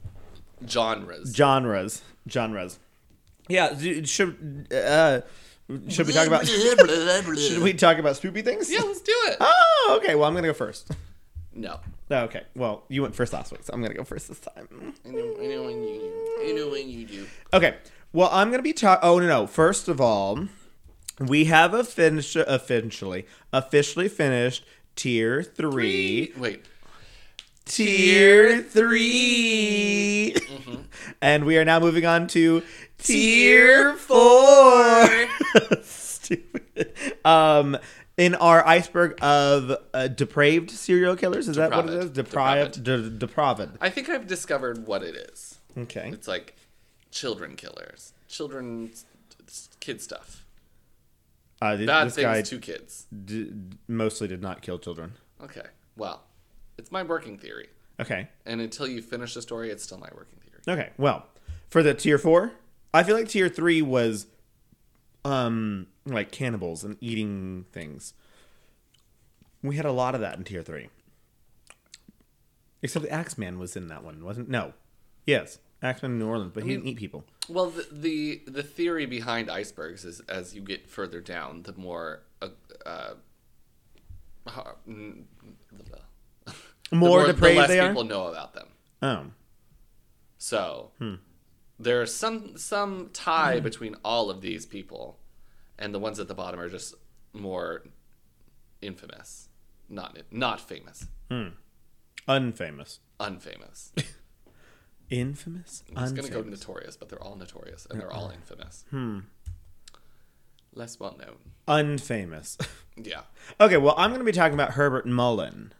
Speaker 2: Genres.
Speaker 1: Genres. Genres. Yeah. d- Should uh, should we talk about should we talk about spoopy things?
Speaker 2: yeah, let's do it.
Speaker 1: Oh, okay. Well, I'm gonna go first.
Speaker 2: No.
Speaker 1: Oh, okay. Well, you went first last week, so I'm gonna go first this time.
Speaker 2: I know, I know when you do. I know when you do.
Speaker 1: Okay. Well, I'm gonna be ta Oh no, no. First of all, we have a finish officially officially finished tier three.
Speaker 2: Wait.
Speaker 1: Tier 3
Speaker 2: Mm-hmm.
Speaker 1: and we are now moving on to tier four. Stupid. Um, in our iceberg of uh, depraved serial killers, is that what it is?
Speaker 2: Depraved.
Speaker 1: Deprived, de- depraved.
Speaker 2: I think I've discovered what it is.
Speaker 1: Okay.
Speaker 2: It's like children killers, children, kid stuff.
Speaker 1: Uh, th-
Speaker 2: Bad
Speaker 1: this
Speaker 2: things
Speaker 1: guy
Speaker 2: to kids.
Speaker 1: d- mostly did not kill children.
Speaker 2: Okay. Well, it's my working theory,
Speaker 1: Okay.
Speaker 2: and until you finish the story, it's still my working theory.
Speaker 1: Okay. Well, for the tier four, I feel like tier three was, um, like cannibals and eating things. We had a lot of that in tier three. Except the Axeman was in that one, wasn't? No. Yes, Axeman in New Orleans, but he didn't eat people.
Speaker 2: Well, the, the the theory behind icebergs is as you get further down, the more uh, uh, har- n- the
Speaker 1: More depraved
Speaker 2: the less
Speaker 1: they are?
Speaker 2: people know about them.
Speaker 1: Oh,
Speaker 2: So
Speaker 1: Hmm.
Speaker 2: there is some some tie between all of these people, and the ones at the bottom are just more infamous, not not famous,
Speaker 1: unfamous,
Speaker 2: unfamous.
Speaker 1: infamous,
Speaker 2: It's going to
Speaker 1: unfamous.
Speaker 2: go
Speaker 1: Uh-uh. Hmm.
Speaker 2: notorious, but they're all notorious and they're all infamous. Less well known.
Speaker 1: unfamous.
Speaker 2: Yeah.
Speaker 1: okay, well, I'm going to be talking about Herbert Mullen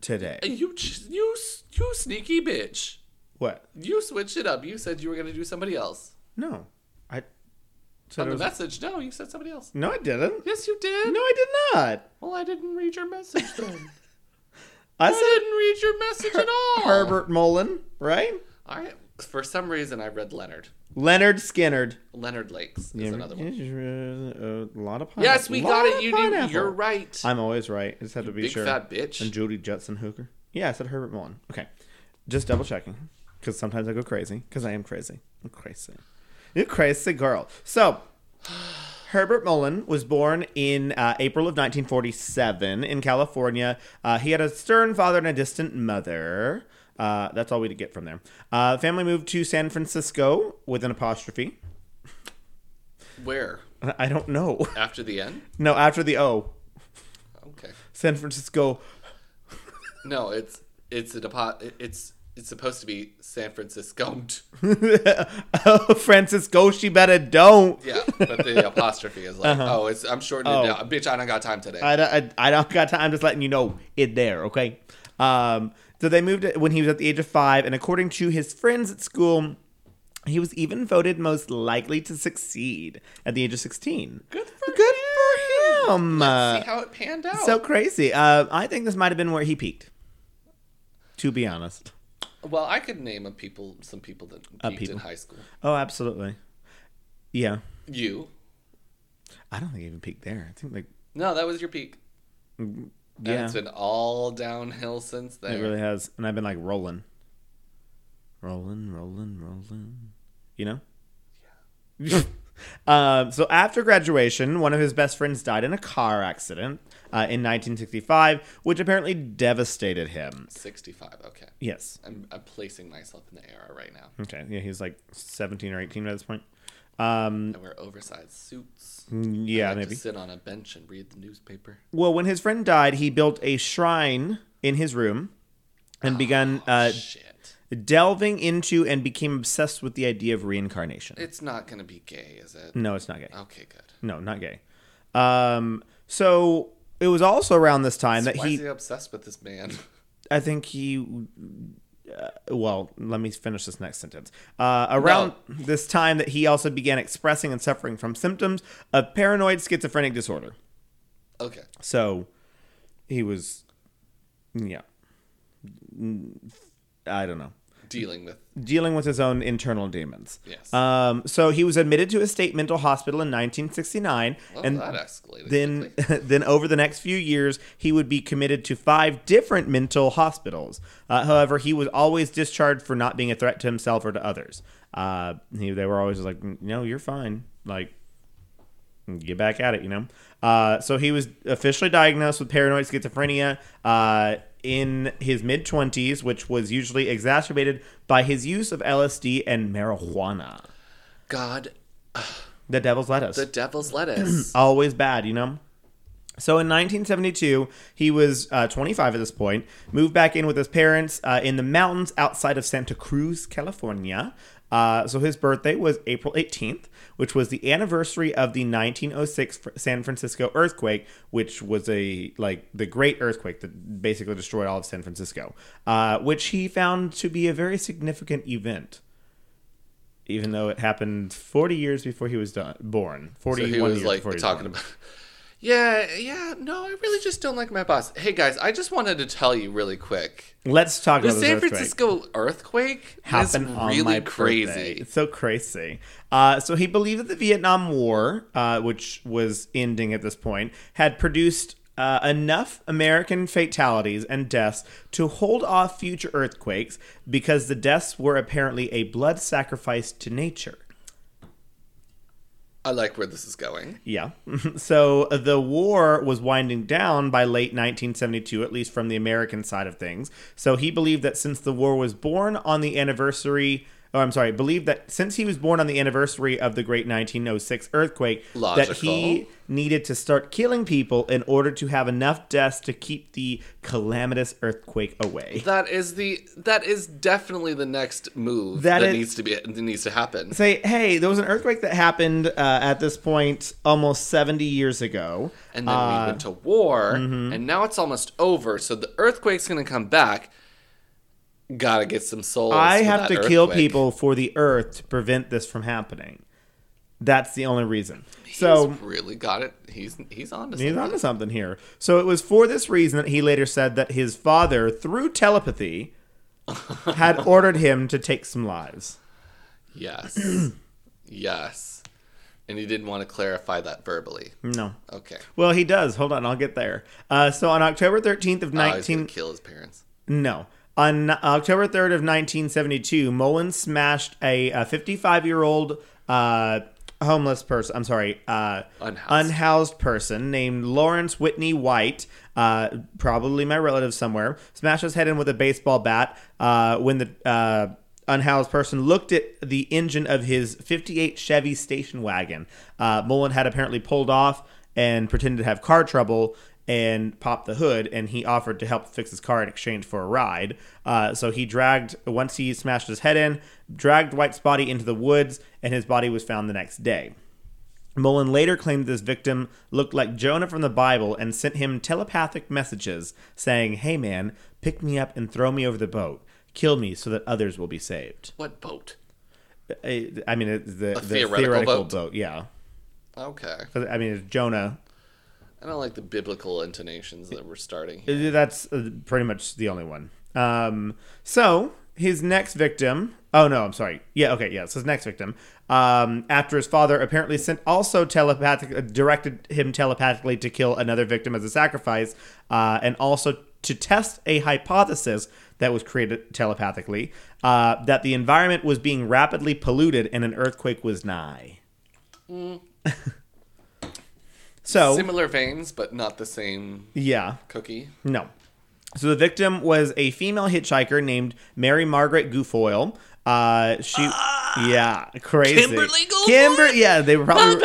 Speaker 1: today.
Speaker 2: You ch- you s- you sneaky bitch.
Speaker 1: What?
Speaker 2: You switched it up. You said you were going to do somebody else.
Speaker 1: No, I. said
Speaker 2: On
Speaker 1: it
Speaker 2: the
Speaker 1: was-
Speaker 2: message, no, you said somebody else.
Speaker 1: no, I didn't.
Speaker 2: Yes, you did.
Speaker 1: No, I did not.
Speaker 2: Well, I didn't read your message then.
Speaker 1: I
Speaker 2: I
Speaker 1: said
Speaker 2: didn't read your message at all.
Speaker 1: Herbert Mullen, right?
Speaker 2: I for some reason I read Leonard.
Speaker 1: Leonard Skinnard.
Speaker 2: Leonard Lakes is another one.
Speaker 1: A lot of pineapple.
Speaker 2: Yes, we
Speaker 1: Lot
Speaker 2: got it.
Speaker 1: of
Speaker 2: You do.
Speaker 1: pineapple.
Speaker 2: You're right.
Speaker 1: I'm always right. I just had to be
Speaker 2: Big
Speaker 1: sure.
Speaker 2: fat bitch.
Speaker 1: And Judy Judson Hooker. Yeah, I said Herbert Mullen. Okay, just double checking because sometimes I go crazy because I am crazy. I'm crazy. You crazy girl. So. Herbert Mullen was born in uh, April of 1947 in California. Uh, he had a stern father and a distant mother. Uh, that's all we did get from there. Uh, family moved to San Francisco with an apostrophe.
Speaker 2: Where
Speaker 1: I don't know.
Speaker 2: after the end?
Speaker 1: No, after the O,
Speaker 2: Okay.
Speaker 1: San Francisco.
Speaker 2: No, it's it's a depo- It's it's supposed to be San Francisco.
Speaker 1: oh, Francisco, she better don't.
Speaker 2: Yeah, but the apostrophe is like, oh, it's I'm shortening it down. Bitch, I don't got time today.
Speaker 1: Uh-huh. I don't, I, I don't got time. I'm just letting you know it there, okay? Um, so they moved it when he was at the age of five, and according to his friends at school, he was even voted most likely to succeed at the age of 16. Good for Good him. for him.
Speaker 2: See
Speaker 1: Uh,
Speaker 2: how it panned out.
Speaker 1: so crazy. Uh, I think this might have been where he peaked, to be honest.
Speaker 2: well, I could name a people, some people that peaked
Speaker 1: people.
Speaker 2: in high school.
Speaker 1: Oh, absolutely. Yeah.
Speaker 2: You?
Speaker 1: I don't think he even peaked there. I think, like,
Speaker 2: No, that was your peak. And
Speaker 1: yeah.
Speaker 2: it's been all downhill since then.
Speaker 1: It really has. And I've been like rolling. Rolling, rolling, rolling. You know? Yeah. um, so after graduation, one of his best friends died in a car accident uh, in 1965, which apparently devastated him.
Speaker 2: 65. Okay.
Speaker 1: Yes.
Speaker 2: I'm, I'm placing myself in the era right now.
Speaker 1: Okay. Yeah, he's like 17 or 18 by this point. Um,
Speaker 2: I wear oversized suits. I
Speaker 1: yeah,
Speaker 2: like to
Speaker 1: maybe.
Speaker 2: sit on a bench and read the newspaper.
Speaker 1: Well, when his friend died, he built a shrine in his room and began uh,
Speaker 2: Oh, Shit.
Speaker 1: delving into and became obsessed with the idea of reincarnation.
Speaker 2: It's not going to be gay, is it?
Speaker 1: no, it's not gay.
Speaker 2: Okay, good.
Speaker 1: No, not gay. Um, so it was also around this time that
Speaker 2: Why
Speaker 1: he,
Speaker 2: is he obsessed with this man?
Speaker 1: I think he, uh, well, let me finish this next sentence. Uh, around this time that he also began expressing and suffering from symptoms of paranoid schizophrenic disorder.
Speaker 2: Okay.
Speaker 1: So he was, yeah, Mm, I don't know,
Speaker 2: Dealing with.
Speaker 1: dealing with his own internal demons.
Speaker 2: Yes.
Speaker 1: Um, so he was admitted to a state mental hospital in 1969,
Speaker 2: Well,
Speaker 1: and
Speaker 2: oh, that escalated.
Speaker 1: then
Speaker 2: quickly.
Speaker 1: then over the next few years he would be committed to five different mental hospitals uh, however he was always discharged for not being a threat to himself or to others uh, he, they were always like no you're fine like get back at it you know uh, so he was officially diagnosed with paranoid schizophrenia uh, in his mid 20s, which was usually exacerbated by his use of LSD and marijuana.
Speaker 2: God,
Speaker 1: The devil's lettuce.
Speaker 2: the devil's lettuce.
Speaker 1: Always bad, you know? So in 1972, he was uh, 25 at this point, moved back in with his parents uh, in the mountains outside of Santa Cruz, California. Uh, so his birthday was April 18th, which was the anniversary of the 1906 Fr- San Francisco earthquake, which was a like the great earthquake that basically destroyed all of San Francisco, uh, which he found to be a very significant event. Even though it happened 40 years before he was done, born, 41
Speaker 2: So he was
Speaker 1: years
Speaker 2: like
Speaker 1: before he was born.
Speaker 2: talking about. Yeah, yeah, no, I really just don't like my boss. Hey guys, I just wanted to tell you really quick.
Speaker 1: Let's talk
Speaker 2: The
Speaker 1: about this
Speaker 2: San
Speaker 1: earthquake.
Speaker 2: Francisco earthquake is
Speaker 1: Oh, happened on
Speaker 2: really
Speaker 1: my
Speaker 2: crazy.
Speaker 1: birthday. It's so crazy. Uh, so he believed that the Vietnam War, uh, which was ending at this point, had produced uh, enough American fatalities and deaths to hold off future earthquakes because the deaths were apparently a blood sacrifice to nature.
Speaker 2: I like where this is going.
Speaker 1: Yeah. so uh, the war was winding down by late 1972, at least from the American side of things. So he believed that since the war was born on the anniversary, oh, I'm sorry, believed that since he was born on the anniversary of the great 1906 earthquake, that he
Speaker 2: Logical.
Speaker 1: needed to start killing people in order to have enough deaths to keep the calamitous earthquake away.
Speaker 2: That is the that is definitely the next move
Speaker 1: That
Speaker 2: that,
Speaker 1: is-
Speaker 2: needs to be that needs to happen.
Speaker 1: Say, hey, there was an earthquake that happened uh, at this point almost 70 years ago.
Speaker 2: And then
Speaker 1: uh,
Speaker 2: we went to war,
Speaker 1: mm-hmm.
Speaker 2: and now it's almost over. So the earthquake's gonna come back. Gotta get some souls.
Speaker 1: I
Speaker 2: for
Speaker 1: have
Speaker 2: that
Speaker 1: to kill
Speaker 2: earthquake.
Speaker 1: people for the earth to prevent this from happening. That's the only reason.
Speaker 2: he's
Speaker 1: So
Speaker 2: really got it. He's he's on to
Speaker 1: he's
Speaker 2: something.
Speaker 1: onto something here. So it was for this reason that he later said that his father, through telepathy, had ordered him to take some lives.
Speaker 2: Yes. yes. And he didn't want to clarify that verbally.
Speaker 1: No.
Speaker 2: Okay. Oh,
Speaker 1: Well, he does. Hold on, I'll get there. Uh, so on October 13th of
Speaker 2: Oh, he's gonna
Speaker 1: 19
Speaker 2: kill his parents.
Speaker 1: No. On October 3rd of 1972, Mullen smashed a 55 year old uh, homeless person, I'm sorry, uh,
Speaker 2: Unhoused.
Speaker 1: unhoused person named Lawrence Whitney White, uh, probably my relative somewhere, smashed his head in with a baseball bat uh, when the uh, unhoused person looked at the engine of his 58 Chevy station wagon. Uh, Mullen had apparently pulled off and pretended to have car trouble and popped the hood and he offered to help fix his car in exchange for a ride uh, so he dragged once he smashed his head in dragged white's body into the woods and his body was found the next day Mullen later claimed this victim looked like Jonah from the Bible and sent him telepathic messages saying, Hey man, pick me up and throw me over the boat. Kill me so that others will be saved.
Speaker 2: What boat?
Speaker 1: I I mean, it- the, the theoretical,
Speaker 2: theoretical
Speaker 1: boat.
Speaker 2: boat.
Speaker 1: yeah.
Speaker 2: Okay.
Speaker 1: 'Cause, I mean, it's Jonah.
Speaker 2: I don't like the biblical intonations that we're starting. here.
Speaker 1: That's uh, pretty much the only one. Um, so his next victim. Oh no, I'm sorry. Yeah, okay, yeah. So his next victim, um, after his father apparently sent also telepathic uh, directed him telepathically to kill another victim as a sacrifice, uh, and also to test a hypothesis that was created telepathically uh, that the environment was being rapidly polluted and an earthquake was nigh. so
Speaker 2: Similar veins, but not the same
Speaker 1: yeah,
Speaker 2: cookie.
Speaker 1: no. So the victim was a female hitchhiker named Mary Margaret Gufoyle. Uh, she, yeah, crazy.
Speaker 2: Kimberly Guilfoyle?
Speaker 1: Kimber, yeah, they were probably.
Speaker 2: and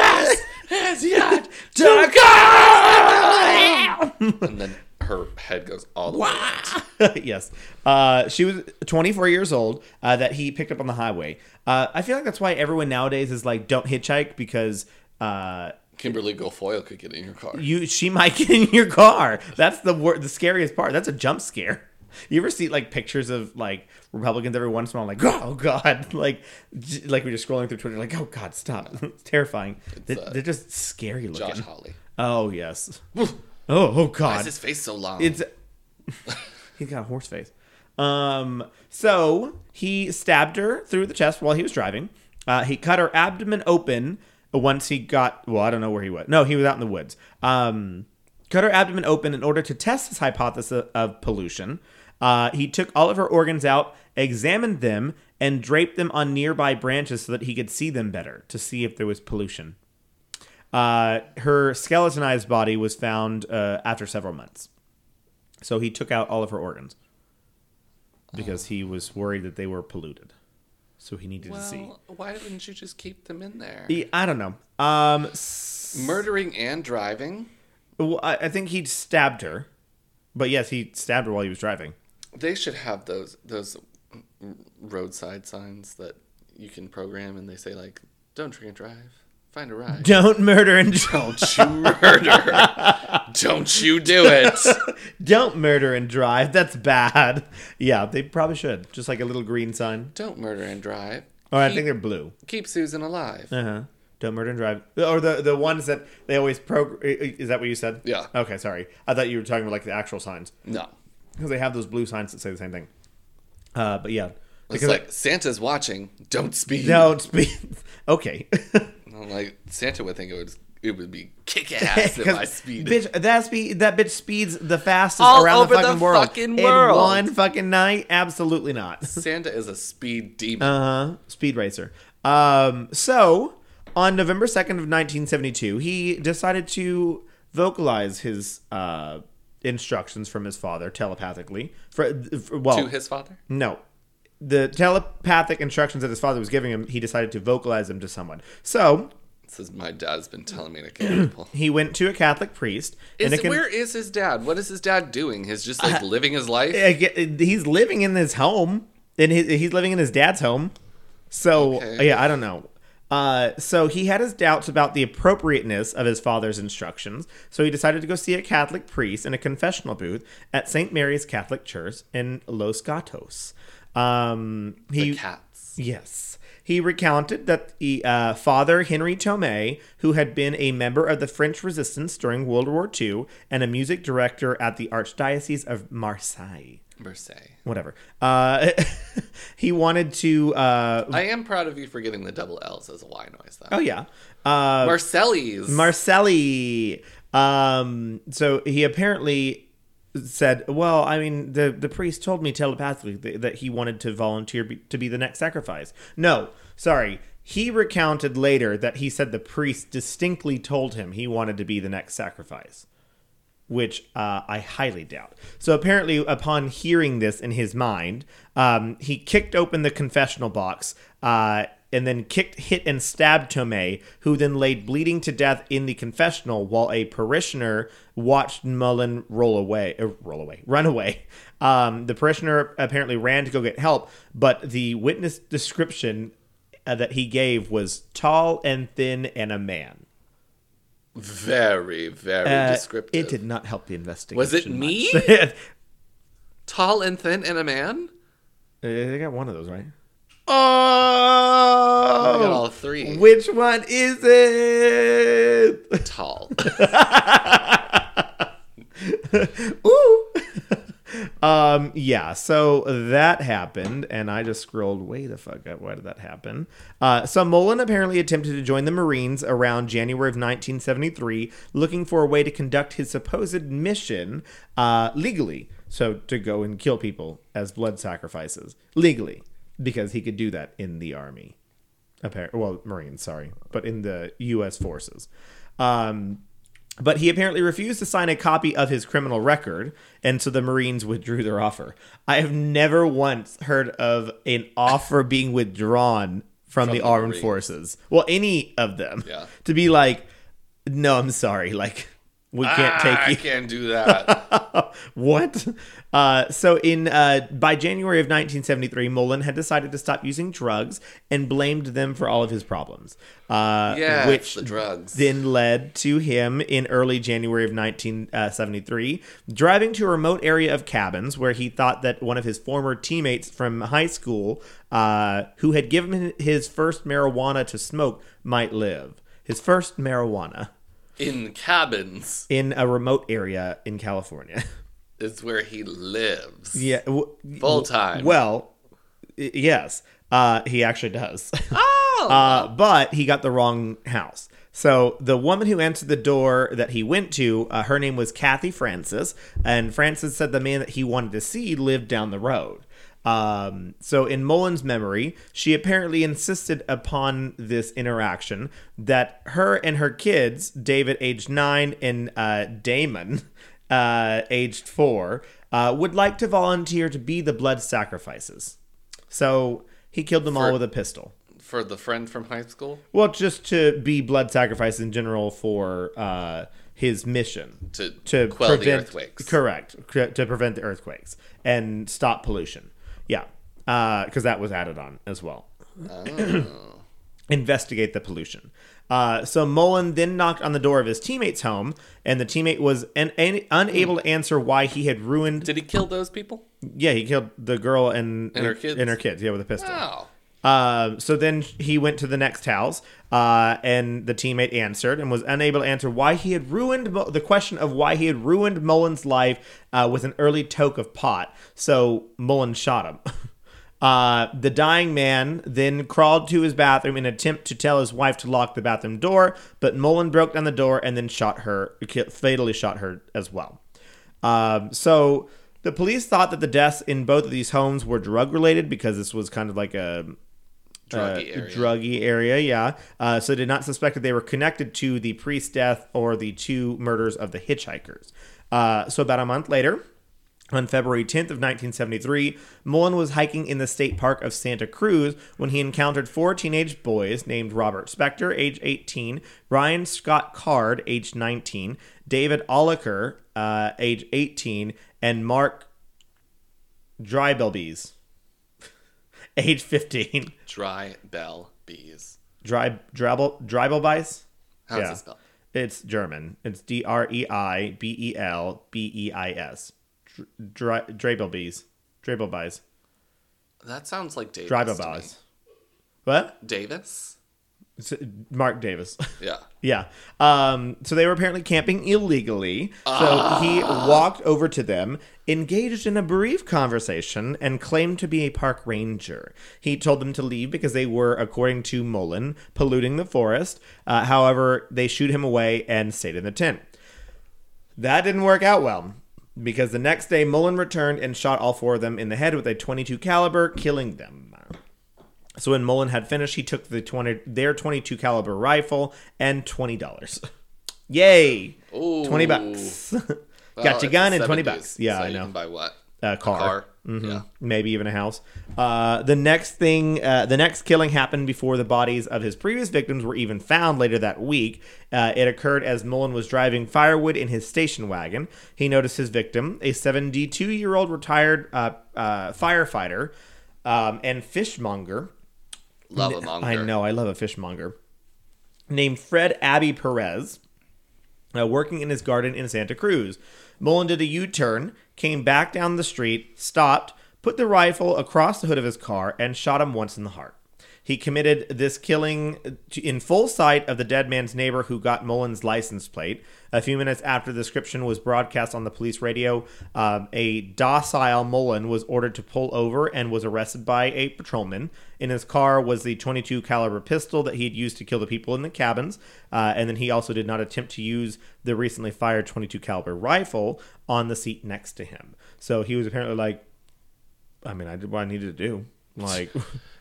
Speaker 2: then her head goes all the way. out.
Speaker 1: yes. Uh, she was 24 years old uh, that he picked up on the highway. Uh, I feel like that's why everyone nowadays is like, don't hitchhike because uh,
Speaker 2: Kimberly Guilfoyle could get in your car.
Speaker 1: you she might get in your car. That's the wor- the scariest part. That's a jump scare. You ever see like pictures of like Republicans every once in a while, like oh god, like j- like we're just scrolling through Twitter, like oh god, stop, it's terrifying. They,
Speaker 2: uh,
Speaker 1: are just scary looking.
Speaker 2: Josh Holly.
Speaker 1: Oh yes. oh oh
Speaker 2: Why is
Speaker 1: god.
Speaker 2: his face so long?
Speaker 1: It's he's got a horse face. Um, so he stabbed her through the chest while he was driving. Uh, he cut her abdomen open once he got. Well, I don't know where he was. No, he was out in the woods. Um, cut her abdomen open in order to test his hypothesis of pollution. Uh, he took all of her organs out, examined them, and draped them on nearby branches so that he could see them better to see if there was pollution. Uh, her skeletonized body was found uh, after several months. So he took out all of her organs because he was worried that they were polluted. So he needed
Speaker 2: Well,
Speaker 1: to see.
Speaker 2: why didn't you just keep them in there?
Speaker 1: He- I don't know. Um, s-
Speaker 2: Murdering and driving.
Speaker 1: well, I I think he stabbed her, but yes, he stabbed her while he was driving.
Speaker 2: They should have those those roadside signs that you can program, and they say like, "Don't drink and drive. Find a ride.
Speaker 1: Don't murder and
Speaker 2: Don't you murder. Don't you do it."
Speaker 1: don't murder and drive. That's bad. Yeah, they probably should. Just like a little green sign.
Speaker 2: Don't murder and drive.
Speaker 1: Or Oh, I
Speaker 2: Keep-
Speaker 1: think they're blue.
Speaker 2: Keep Susan alive.
Speaker 1: Uh huh. Don't murder and drive. Or the the ones that they always pro. Is that what you said?
Speaker 2: Yeah.
Speaker 1: Okay, sorry. I thought you were talking about like the actual signs
Speaker 2: No.
Speaker 1: because they have those blue signs that say the same thing. Uh, but yeah,
Speaker 2: It's
Speaker 1: Because-
Speaker 2: like Santa's watching. Don't speed.
Speaker 1: don't speak. okay.
Speaker 2: I'm like Santa would think it would it would be kick ass if I
Speaker 1: 'Cause,
Speaker 2: speed.
Speaker 1: Bitch, that speed that bitch speeds the fastest
Speaker 2: All
Speaker 1: around
Speaker 2: over
Speaker 1: the
Speaker 2: the
Speaker 1: fucking world.
Speaker 2: fucking world.
Speaker 1: In one fucking night? Absolutely not.
Speaker 2: Santa is a speed demon.
Speaker 1: Uh huh. Speed racer. Um. So on November second of nineteen seventy two, he decided to vocalize his uh instructions from his father telepathically for, for well
Speaker 2: to his father.
Speaker 1: no. The telepathic instructions that his father was giving him, he decided to vocalize them to someone. So
Speaker 2: This is my dad's been telling me to kill people.
Speaker 1: he went to a Catholic priest.
Speaker 2: Is,
Speaker 1: it can-
Speaker 2: where is his dad? What is his dad doing? He's just like living his life.
Speaker 1: I get- he's living in his home and he- he's living in his dad's home so
Speaker 2: Okay.
Speaker 1: yeah i don't know uh, so he had his doubts about the appropriateness of his father's instructions so he decided to go see a catholic priest in a confessional booth at st mary's catholic church in los gatos um, he
Speaker 2: The cats.
Speaker 1: Yes. He recounted that the uh, father Henry Tomei, who had been a member of the French resistance during World War II and a music director at the Archdiocese of Marseille,
Speaker 2: Marseille.
Speaker 1: whatever, uh, he wanted to. Uh,
Speaker 2: I am proud of you for getting the double L's as a Y noise though.
Speaker 1: oh, yeah. Uh,
Speaker 2: Marcelli's.
Speaker 1: Marcelli. Um, so he apparently said, "Well, I mean, the the priest told me telepathically th- that he wanted to volunteer be- to be the next sacrifice." No, sorry. He recounted later that he said the priest distinctly told him he wanted to be the next sacrifice which uh, I highly doubt. So apparently, upon hearing this in his mind, um, he kicked open the confessional box uh, and then kicked, hit, and stabbed Tomei, who then laid bleeding to death in the confessional while a parishioner watched Mullen roll away, uh, roll away, run away. Um, the parishioner apparently ran to go get help, but the witness description uh, that he gave was tall and thin and a man.
Speaker 2: very, very
Speaker 1: Uh,
Speaker 2: descriptive.
Speaker 1: It did not help the investigation.
Speaker 2: Was it me?
Speaker 1: much.
Speaker 2: Tall and thin and a man?
Speaker 1: Uh, They got one of those, right?
Speaker 2: I got
Speaker 1: Oh,
Speaker 2: all three.
Speaker 1: which one is it?
Speaker 2: Tall.
Speaker 1: Ooh. um, yeah. So that happened, and I just scrolled way the fuck up. Why did that happen? Uh, so Mullen apparently attempted to join the Marines around January of 1973, looking for a way to conduct his supposed mission uh, legally. So to go and kill people as blood sacrifices legally, because he could do that in the army. Apparently, well, Marines, sorry, but in the U.S. forces. Um, but he apparently refused to sign a copy of his criminal record, and so the Marines withdrew their offer. I have never once heard of an offer being withdrawn from, the,
Speaker 2: the
Speaker 1: armed
Speaker 2: Marines.
Speaker 1: forces. Well, any of them.
Speaker 2: Yeah.
Speaker 1: To be like, no, I'm sorry. Like, we can't
Speaker 2: Ah,
Speaker 1: take
Speaker 2: I
Speaker 1: you
Speaker 2: can't do that.
Speaker 1: what? Uh, so in uh, by January of 1973, Mullen had decided to stop using drugs and blamed them for all of his problems. Uh,
Speaker 2: Yeah,
Speaker 1: which
Speaker 2: it's the drugs.
Speaker 1: then led to him in early January of 1973 driving to a remote area of cabins where he thought that one of his former teammates from high school, uh, who had given him his first marijuana to smoke, might live. His first marijuana
Speaker 2: in cabins
Speaker 1: in a remote area in California.
Speaker 2: is where he lives.
Speaker 1: Yeah, w-
Speaker 2: Full time.
Speaker 1: Well, y- yes, uh, he actually does.
Speaker 2: Oh!
Speaker 1: Uh, but he got the wrong house. So the woman who answered the door that he went to, uh, her name was Kathy Francis, and Francis said the man that he wanted to see lived down the road. Um, so in Mullen's memory, she apparently insisted upon this interaction that her and her kids, David, age nine, and uh, Damon, uh, aged four, uh, would like to volunteer to be the blood sacrifices. So he killed them all
Speaker 2: For-
Speaker 1: with a pistol.
Speaker 2: for the friend from high school
Speaker 1: Well, just to be blood sacrifice in general for uh, his mission
Speaker 2: to,
Speaker 1: to
Speaker 2: quell
Speaker 1: prevent
Speaker 2: the earthquakes.
Speaker 1: Correct, cr- to prevent the earthquakes and stop pollution. Yeah, because that was added on as well.
Speaker 2: Oh.
Speaker 1: Investigate the pollution. Uh, so Mullen then knocked on the door of his teammate's home, and the teammate was an, an, unable to answer why he had ruined.
Speaker 2: Did he kill those people?
Speaker 1: yeah, he killed the girl and,
Speaker 2: And her kids.
Speaker 1: And her kids. Yeah, with a pistol.
Speaker 2: Wow.
Speaker 1: Um, so then he went to the next house, uh, and the teammate answered and was unable to answer why he had ruined Mo- the question of why he had ruined Mullen's life uh, with an early toke of pot. So Mullen shot him. Uh, the dying man then crawled to his bathroom in an attempt to tell his wife to lock the bathroom door, but Mullen broke down the door and then shot her, ki- fatally shot her as well. Um, so the police thought that the deaths in both of these homes were drug related because this was kind of like a
Speaker 2: Druggy
Speaker 1: uh,
Speaker 2: area.
Speaker 1: druggy area, yeah. Uh, so did not suspect that they were connected to the priest's death or the two murders of the hitchhikers. Uh, so about a month later, on February 10th of 1973, Mullen was hiking in the state park of Santa Cruz when he encountered four teenage boys named Robert Spector, age 18, Ryan Scott Card, age 19, David Oliker, uh, age 18, and Mark Drybelbees, age 15.
Speaker 2: Dry bell bees.
Speaker 1: Dry drabble Dreibelbeis.
Speaker 2: How's
Speaker 1: Yeah.
Speaker 2: it spelled?
Speaker 1: It's German. It's D R E I B E L B E I S. Dreibelbeis. Dreibelbeis.
Speaker 2: That sounds like Davis. to
Speaker 1: Dreibelbeis.
Speaker 2: me.
Speaker 1: What?
Speaker 2: Davis?
Speaker 1: It's uh, Mark Davis.
Speaker 2: Yeah. Oh,
Speaker 1: yeah. Um, so they were apparently camping illegally. So he walked over to them, engaged in a brief conversation, and claimed to be a park ranger. He told them to leave because they were, according to Mullen, polluting the forest. Uh, however, they shooed him away and stayed in the tent. That didn't work out well because the next day Mullen returned and shot all four of them in the head with a 22 caliber, killing them. So when Mullen had finished, he took the 20 their 22 caliber rifle and $20. Yay!
Speaker 2: Ooh.
Speaker 1: 20 bucks.
Speaker 2: Well,
Speaker 1: Got
Speaker 2: it's
Speaker 1: your
Speaker 2: the
Speaker 1: gun and 20
Speaker 2: 70s,
Speaker 1: bucks. Yeah,
Speaker 2: so
Speaker 1: I
Speaker 2: you
Speaker 1: know.
Speaker 2: can buy what?
Speaker 1: A car. Mm-hmm.
Speaker 2: Car. Yeah.
Speaker 1: Maybe even a house. Uh, the next thing, uh, the next killing happened before the bodies of his previous victims were even found later that week. Uh, it occurred as Mullen was driving firewood in his station wagon. He noticed his victim, a 72 year old retired uh, uh, firefighter um, and fishmonger.
Speaker 2: Love a monger.
Speaker 1: I know, I love a fishmonger. Named Fred Abbey Perez, uh, working in his garden in Santa Cruz. Mullen did a U turn, came back down the street, stopped, put the rifle across the hood of his car, and shot him once in the heart. He committed this killing to- in full sight of the dead man's neighbor who got Mullen's license plate. A few minutes after the description was broadcast on the police radio, um, a docile Mullen was ordered to pull over and was arrested by a patrolman. In his car was the 22 caliber pistol that he had used to kill the people in the cabins, uh, and then he also did not attempt to use the recently fired 22 caliber rifle on the seat next to him. So he was apparently like, I mean, I did what I needed to do. Like,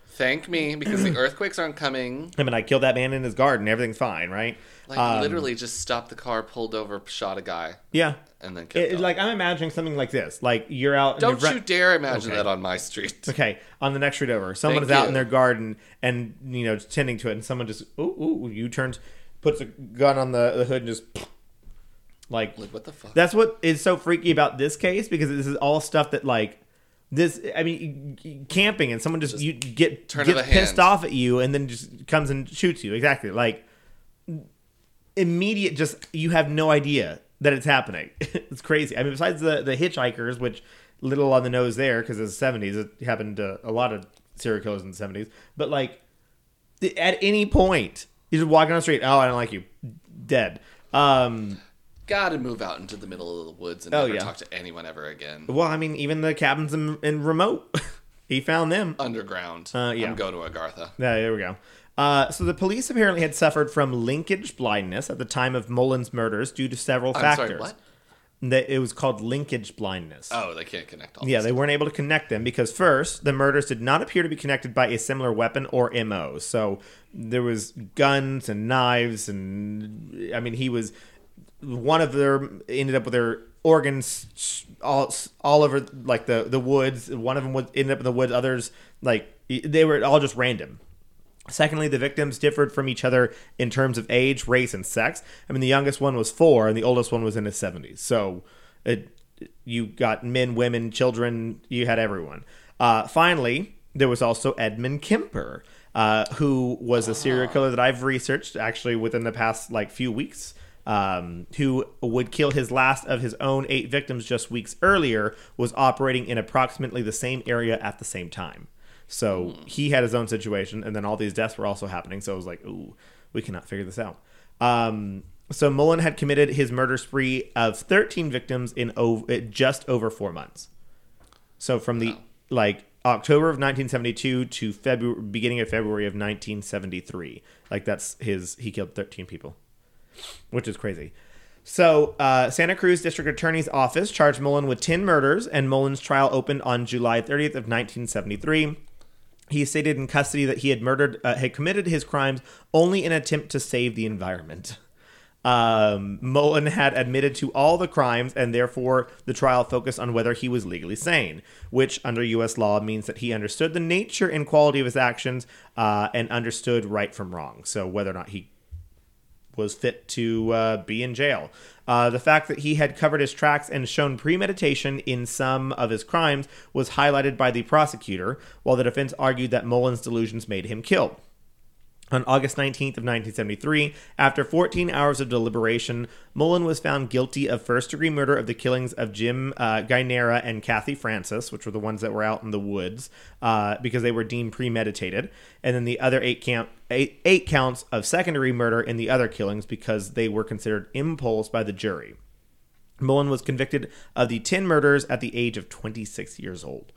Speaker 2: Thank me because the earthquakes aren't coming.
Speaker 1: I mean, I killed that man in his garden. Everything's fine, right?
Speaker 2: Like
Speaker 1: Um,
Speaker 2: literally, just stopped the car, pulled over, shot a guy,
Speaker 1: Yeah.
Speaker 2: and then kept
Speaker 1: It, it-
Speaker 2: going.
Speaker 1: like, I'm imagining something like this. Like, you're out. and
Speaker 2: Don't
Speaker 1: you're-
Speaker 2: you dare imagine
Speaker 1: Okay.
Speaker 2: that on my street.
Speaker 1: Okay, on the next street over, someone
Speaker 2: Thank
Speaker 1: is out
Speaker 2: you.
Speaker 1: in their garden and you know tending to it, and someone just ooh ooh U turns, puts a gun on the, the hood and just like
Speaker 2: Like what the fuck?
Speaker 1: that's what is so freaky about this case because this is all stuff that like this. I mean, y- y- camping and someone just, you get
Speaker 2: turn of
Speaker 1: gets
Speaker 2: a hand.
Speaker 1: pissed off at you and then just comes and shoots you. Exactly, like immediate. Just you have no idea that it's happening. it's crazy. I mean, besides the the hitchhikers, which little on the nose there because it's the seventies. It happened to a lot of serial killers in the seventies. But like th- at any point, you just walking on the street. Oh, I don't like you. Dead. Um.
Speaker 2: Gotta move out into the middle of the woods and
Speaker 1: Oh,
Speaker 2: never
Speaker 1: yeah.
Speaker 2: talk to anyone ever again.
Speaker 1: Well, I mean, even the cabins in, in remote, he found them.
Speaker 2: Underground.
Speaker 1: Uh, yeah.
Speaker 2: I'm going to Agartha.
Speaker 1: Yeah, there we go. Uh, so the police apparently had suffered from linkage blindness at the time of Mullen's murders due to several
Speaker 2: I'm
Speaker 1: factors.
Speaker 2: sorry. What?
Speaker 1: That it was called linkage blindness.
Speaker 2: Oh, they can't connect all.
Speaker 1: Yeah,
Speaker 2: this.
Speaker 1: they weren't able to connect them because first, the murders did not appear to be connected by a similar weapon or MO. So there was guns and knives and I mean he was one of their ended up with their organs s- all s- all over like the the woods. One of them would end up in the woods. Others like y- they were all just random. Secondly, the victims differed from each other in terms of age, race, and sex. I mean, the youngest one was four, and the oldest one was in his seventies. So, it, you got men, women, children. You had everyone. Uh, finally, there was also Edmund Kemper, uh, who was a serial killer that I've researched actually within the past like few weeks. Um, who would kill his last of his own eight victims just weeks earlier was operating in approximately the same area at the same time. So he had his own situation, and then all these deaths were also happening. So it was like, ooh, we cannot figure this out. Um, so Mullen had committed his murder spree of 13 victims in over, just over four months. So from the like October of 1972 to February, beginning of February of 1973, like that's his. He killed 13 people which is crazy. So, uh, Santa Cruz District Attorney's Office charged Mullen with 10 murders, and Mullen's trial opened on July 30th of 1973. He stated in custody that he had murdered, uh, had committed his crimes only in attempt to save the environment. Um, Mullen had admitted to all the crimes, and therefore the trial focused on whether he was legally sane, which under U.S. law means that he understood the nature and quality of his actions uh, and understood right from wrong. So, whether or not he was fit to uh, be in jail. Uh, the fact that he had covered his tracks and shown premeditation in some of his crimes was highlighted by the prosecutor, while the defense argued that Mullen's delusions made him kill. On August 19th of 1973, after 14 hours of deliberation, Mullen was found guilty of first-degree murder of the killings of Jim uh, Guinera and Kathy Francis, which were the ones that were out in the woods, uh, because they were deemed premeditated, and then the other eight count eight, eight counts of secondary murder in the other killings because they were considered impulse by the jury. Mullen was convicted of the 10 murders at the age of 26 years old.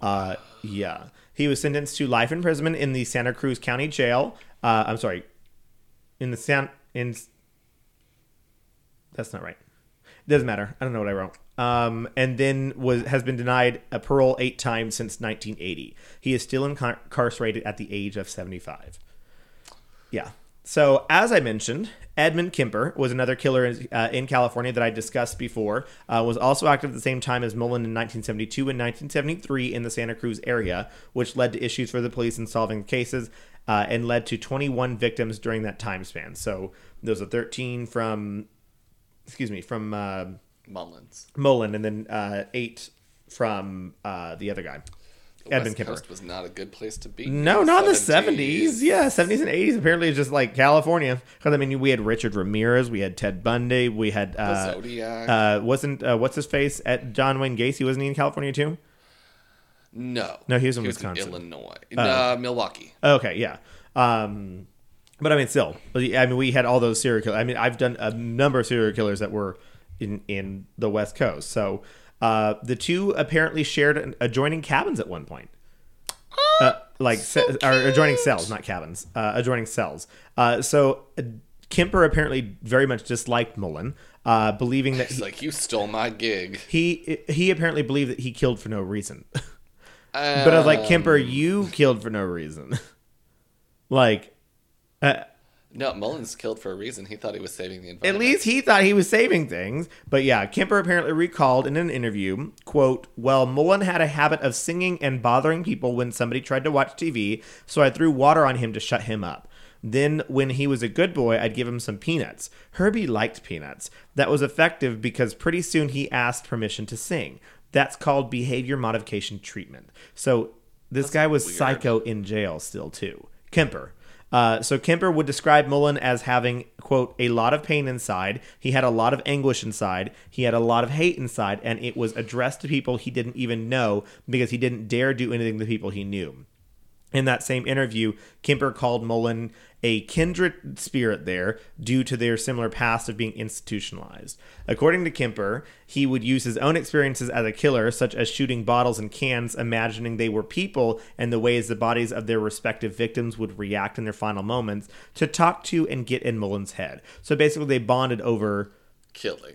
Speaker 1: Uh, yeah. He was sentenced to life imprisonment in the Santa Cruz County Jail. Uh, I'm sorry. In the San. In, that's not right. Doesn't matter. I don't know what I wrote. Um, and then was has been denied a parole eight times since 1980. He is still incar- incarcerated at the age of 75. Yeah. So, as I mentioned, Edmund Kemper was another killer uh, in California that I discussed before. Uh, was also active at the same time as Mullen in 1972 and 1973 in the Santa Cruz area, which led to issues for the police in solving cases uh, and led to 21 victims during that time span. So, those are 13 from, excuse me, from uh,
Speaker 2: Mullins.
Speaker 1: Mullen and then uh, eight from uh, the other guy,
Speaker 2: The
Speaker 1: Edmund
Speaker 2: West
Speaker 1: Kemper.
Speaker 2: Coast was not a good place to be.
Speaker 1: No,
Speaker 2: in
Speaker 1: not in the
Speaker 2: 70s.
Speaker 1: seventies. Yeah, seventies and eighties. Apparently, it's just like California. Because I mean, we had Richard Ramirez, we had Ted Bundy, we had uh,
Speaker 2: Zodiac.
Speaker 1: uh wasn't uh, what's his face at John Wayne Gacy? Wasn't he in California too?
Speaker 2: no.
Speaker 1: No, he was in Wisconsin.
Speaker 2: Illinois. Uh, Milwaukee.
Speaker 1: Okay, yeah. Um, but I mean, still, I mean, we had all those serial killers. I mean, I've done a number of serial killers that were in in the West Coast. So uh, the two apparently shared an, adjoining cabins at one point. Uh, like se- or adjoining cells, not cabins, uh, adjoining cells. Uh, so uh, Kemper apparently very much disliked Mullen, uh, believing that
Speaker 2: He's like, you stole my gig.
Speaker 1: he he apparently believed that he killed for no reason. But I was like, Kemper, you killed for no reason. like,
Speaker 2: Uh, No, Mullins killed for a reason. He thought he was saving the
Speaker 1: at
Speaker 2: environment.
Speaker 1: least he thought he was saving things. But yeah, Kemper apparently recalled in an interview, quote, Well, Mullen had a habit of singing and bothering people when somebody tried to watch TV, so I threw water on him to shut him up. Then, when he was a good boy, I'd give him some peanuts. Herbie liked peanuts. That was effective because pretty soon he asked permission to sing. That's called behavior modification treatment. So, this guy was psycho in jail still, too. Kemper. Uh, so Kemper would describe Mullen as having, quote, a lot of pain inside. He had a lot of anguish inside. He had a lot of hate inside, and it was addressed to people he didn't even know because he didn't dare do anything to people he knew. In that same interview, Kemper called Mullen a kindred spirit there due to their similar past of being institutionalized. According to Kemper, he would use his own experiences as a killer, such as shooting bottles and cans, imagining they were people and the ways the bodies of their respective victims would react in their final moments, to talk to and get in Mullen's head. So basically, they bonded over
Speaker 2: killing.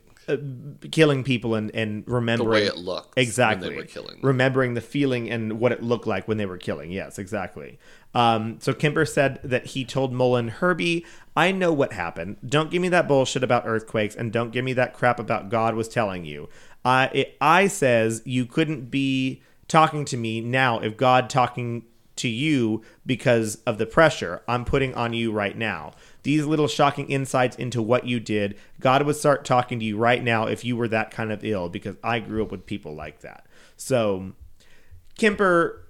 Speaker 1: killing people and and
Speaker 2: the
Speaker 1: remembering
Speaker 2: way it looked
Speaker 1: exactly
Speaker 2: when they were killing. them.
Speaker 1: remembering the feeling and what it looked like when they were killing yes exactly um, so kimber said that he told mullen herbie i know what happened don't give me that bullshit about earthquakes and don't give me that crap about god was telling you i it, i says you couldn't be talking to me now if god talking to you because of the pressure I'm putting on you right now. These little shocking insights into what you did, God would start talking to you right now if you were that kind of ill because I grew up with people like that. So Kemper,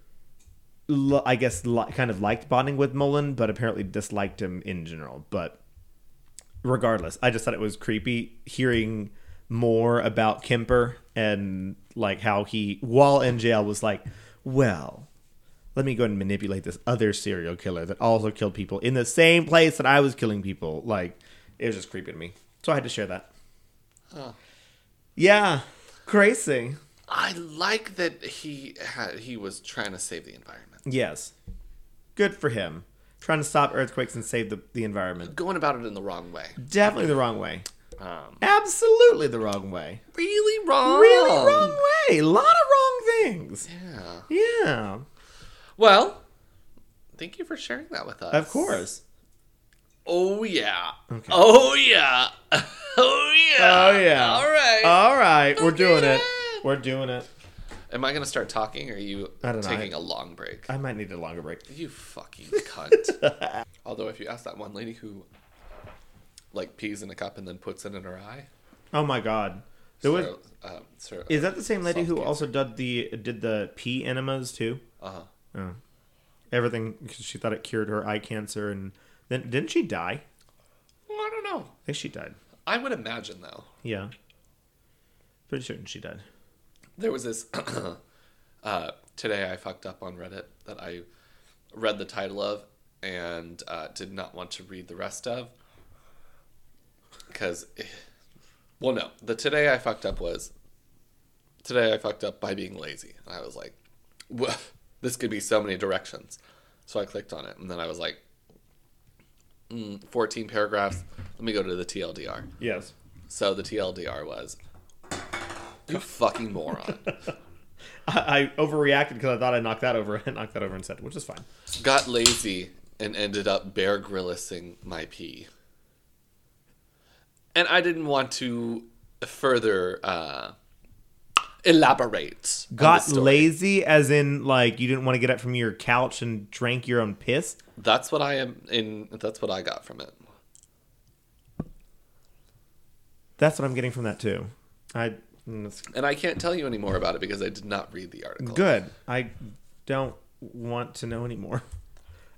Speaker 1: l- I guess, li- kind of liked bonding with Mullen, but apparently disliked him in general. But regardless, I just thought it was creepy hearing more about Kemper and like how he, while in jail, was like, well, let me go and manipulate this other serial killer that also killed people in the same place that I was killing people. Like, it was just creepy to me. So I had to share that.
Speaker 2: Huh.
Speaker 1: Yeah, crazy.
Speaker 2: I like that he had, he was trying to save the environment,
Speaker 1: Yes. Good for him. Trying to stop earthquakes and save the, the environment.
Speaker 2: going about it in the wrong way.
Speaker 1: Definitely the wrong way.
Speaker 2: Um,
Speaker 1: Absolutely the wrong way.
Speaker 2: really wrong.
Speaker 1: Really wrong way. A lot of wrong things.
Speaker 2: Yeah.
Speaker 1: Yeah.
Speaker 2: Well, thank you for sharing that with us.
Speaker 1: Of course.
Speaker 2: Oh yeah. Oh yeah. Oh yeah.
Speaker 1: Oh, yeah.
Speaker 2: All right.
Speaker 1: All right. We're doing it.
Speaker 2: it.
Speaker 1: We're doing it.
Speaker 2: Am I gonna start talking, or are you
Speaker 1: I don't know.
Speaker 2: taking a long break?
Speaker 1: I might need a longer break.
Speaker 2: You fucking cunt. Although, if you ask that one lady who, like, pees in a cup and then puts it in her eye,
Speaker 1: Oh my god. There was
Speaker 2: so, um, so,
Speaker 1: Is that the same lady
Speaker 2: Soft
Speaker 1: who
Speaker 2: cancer.
Speaker 1: also did the did the pea enemas too?
Speaker 2: uh,
Speaker 1: Oh. Everything because she thought it cured her eye cancer, and then didn't she die?
Speaker 2: well, I don't know.
Speaker 1: I think she died.
Speaker 2: I would imagine though
Speaker 1: Yeah, pretty certain she died.
Speaker 2: there was this uh, today I fucked up on Reddit that I read the title of and uh, did not want to read the rest of because, well, no, the today I fucked up was today I fucked up by being lazy, and I was like, "Wha- this could be so many directions. So I clicked on it, and then I was like, mm, 14 paragraphs. Let me go to the TLDR.
Speaker 1: Yes.
Speaker 2: So the TLDR was, you fucking moron.
Speaker 1: I, I overreacted because I thought I knocked that over and knocked that over and said, which is fine.
Speaker 2: Got lazy and ended up bear grillising my pee. And I didn't want to further uh, elaborate. on
Speaker 1: Got
Speaker 2: the story.
Speaker 1: lazy, as in like you didn't want to get up from your couch and drank your own piss.
Speaker 2: That's what I am in. That's what I got from it.
Speaker 1: That's what I'm getting from that too. I mm, it's
Speaker 2: And I can't tell you any more about it because I did not read the article.
Speaker 1: good. I don't want to know anymore.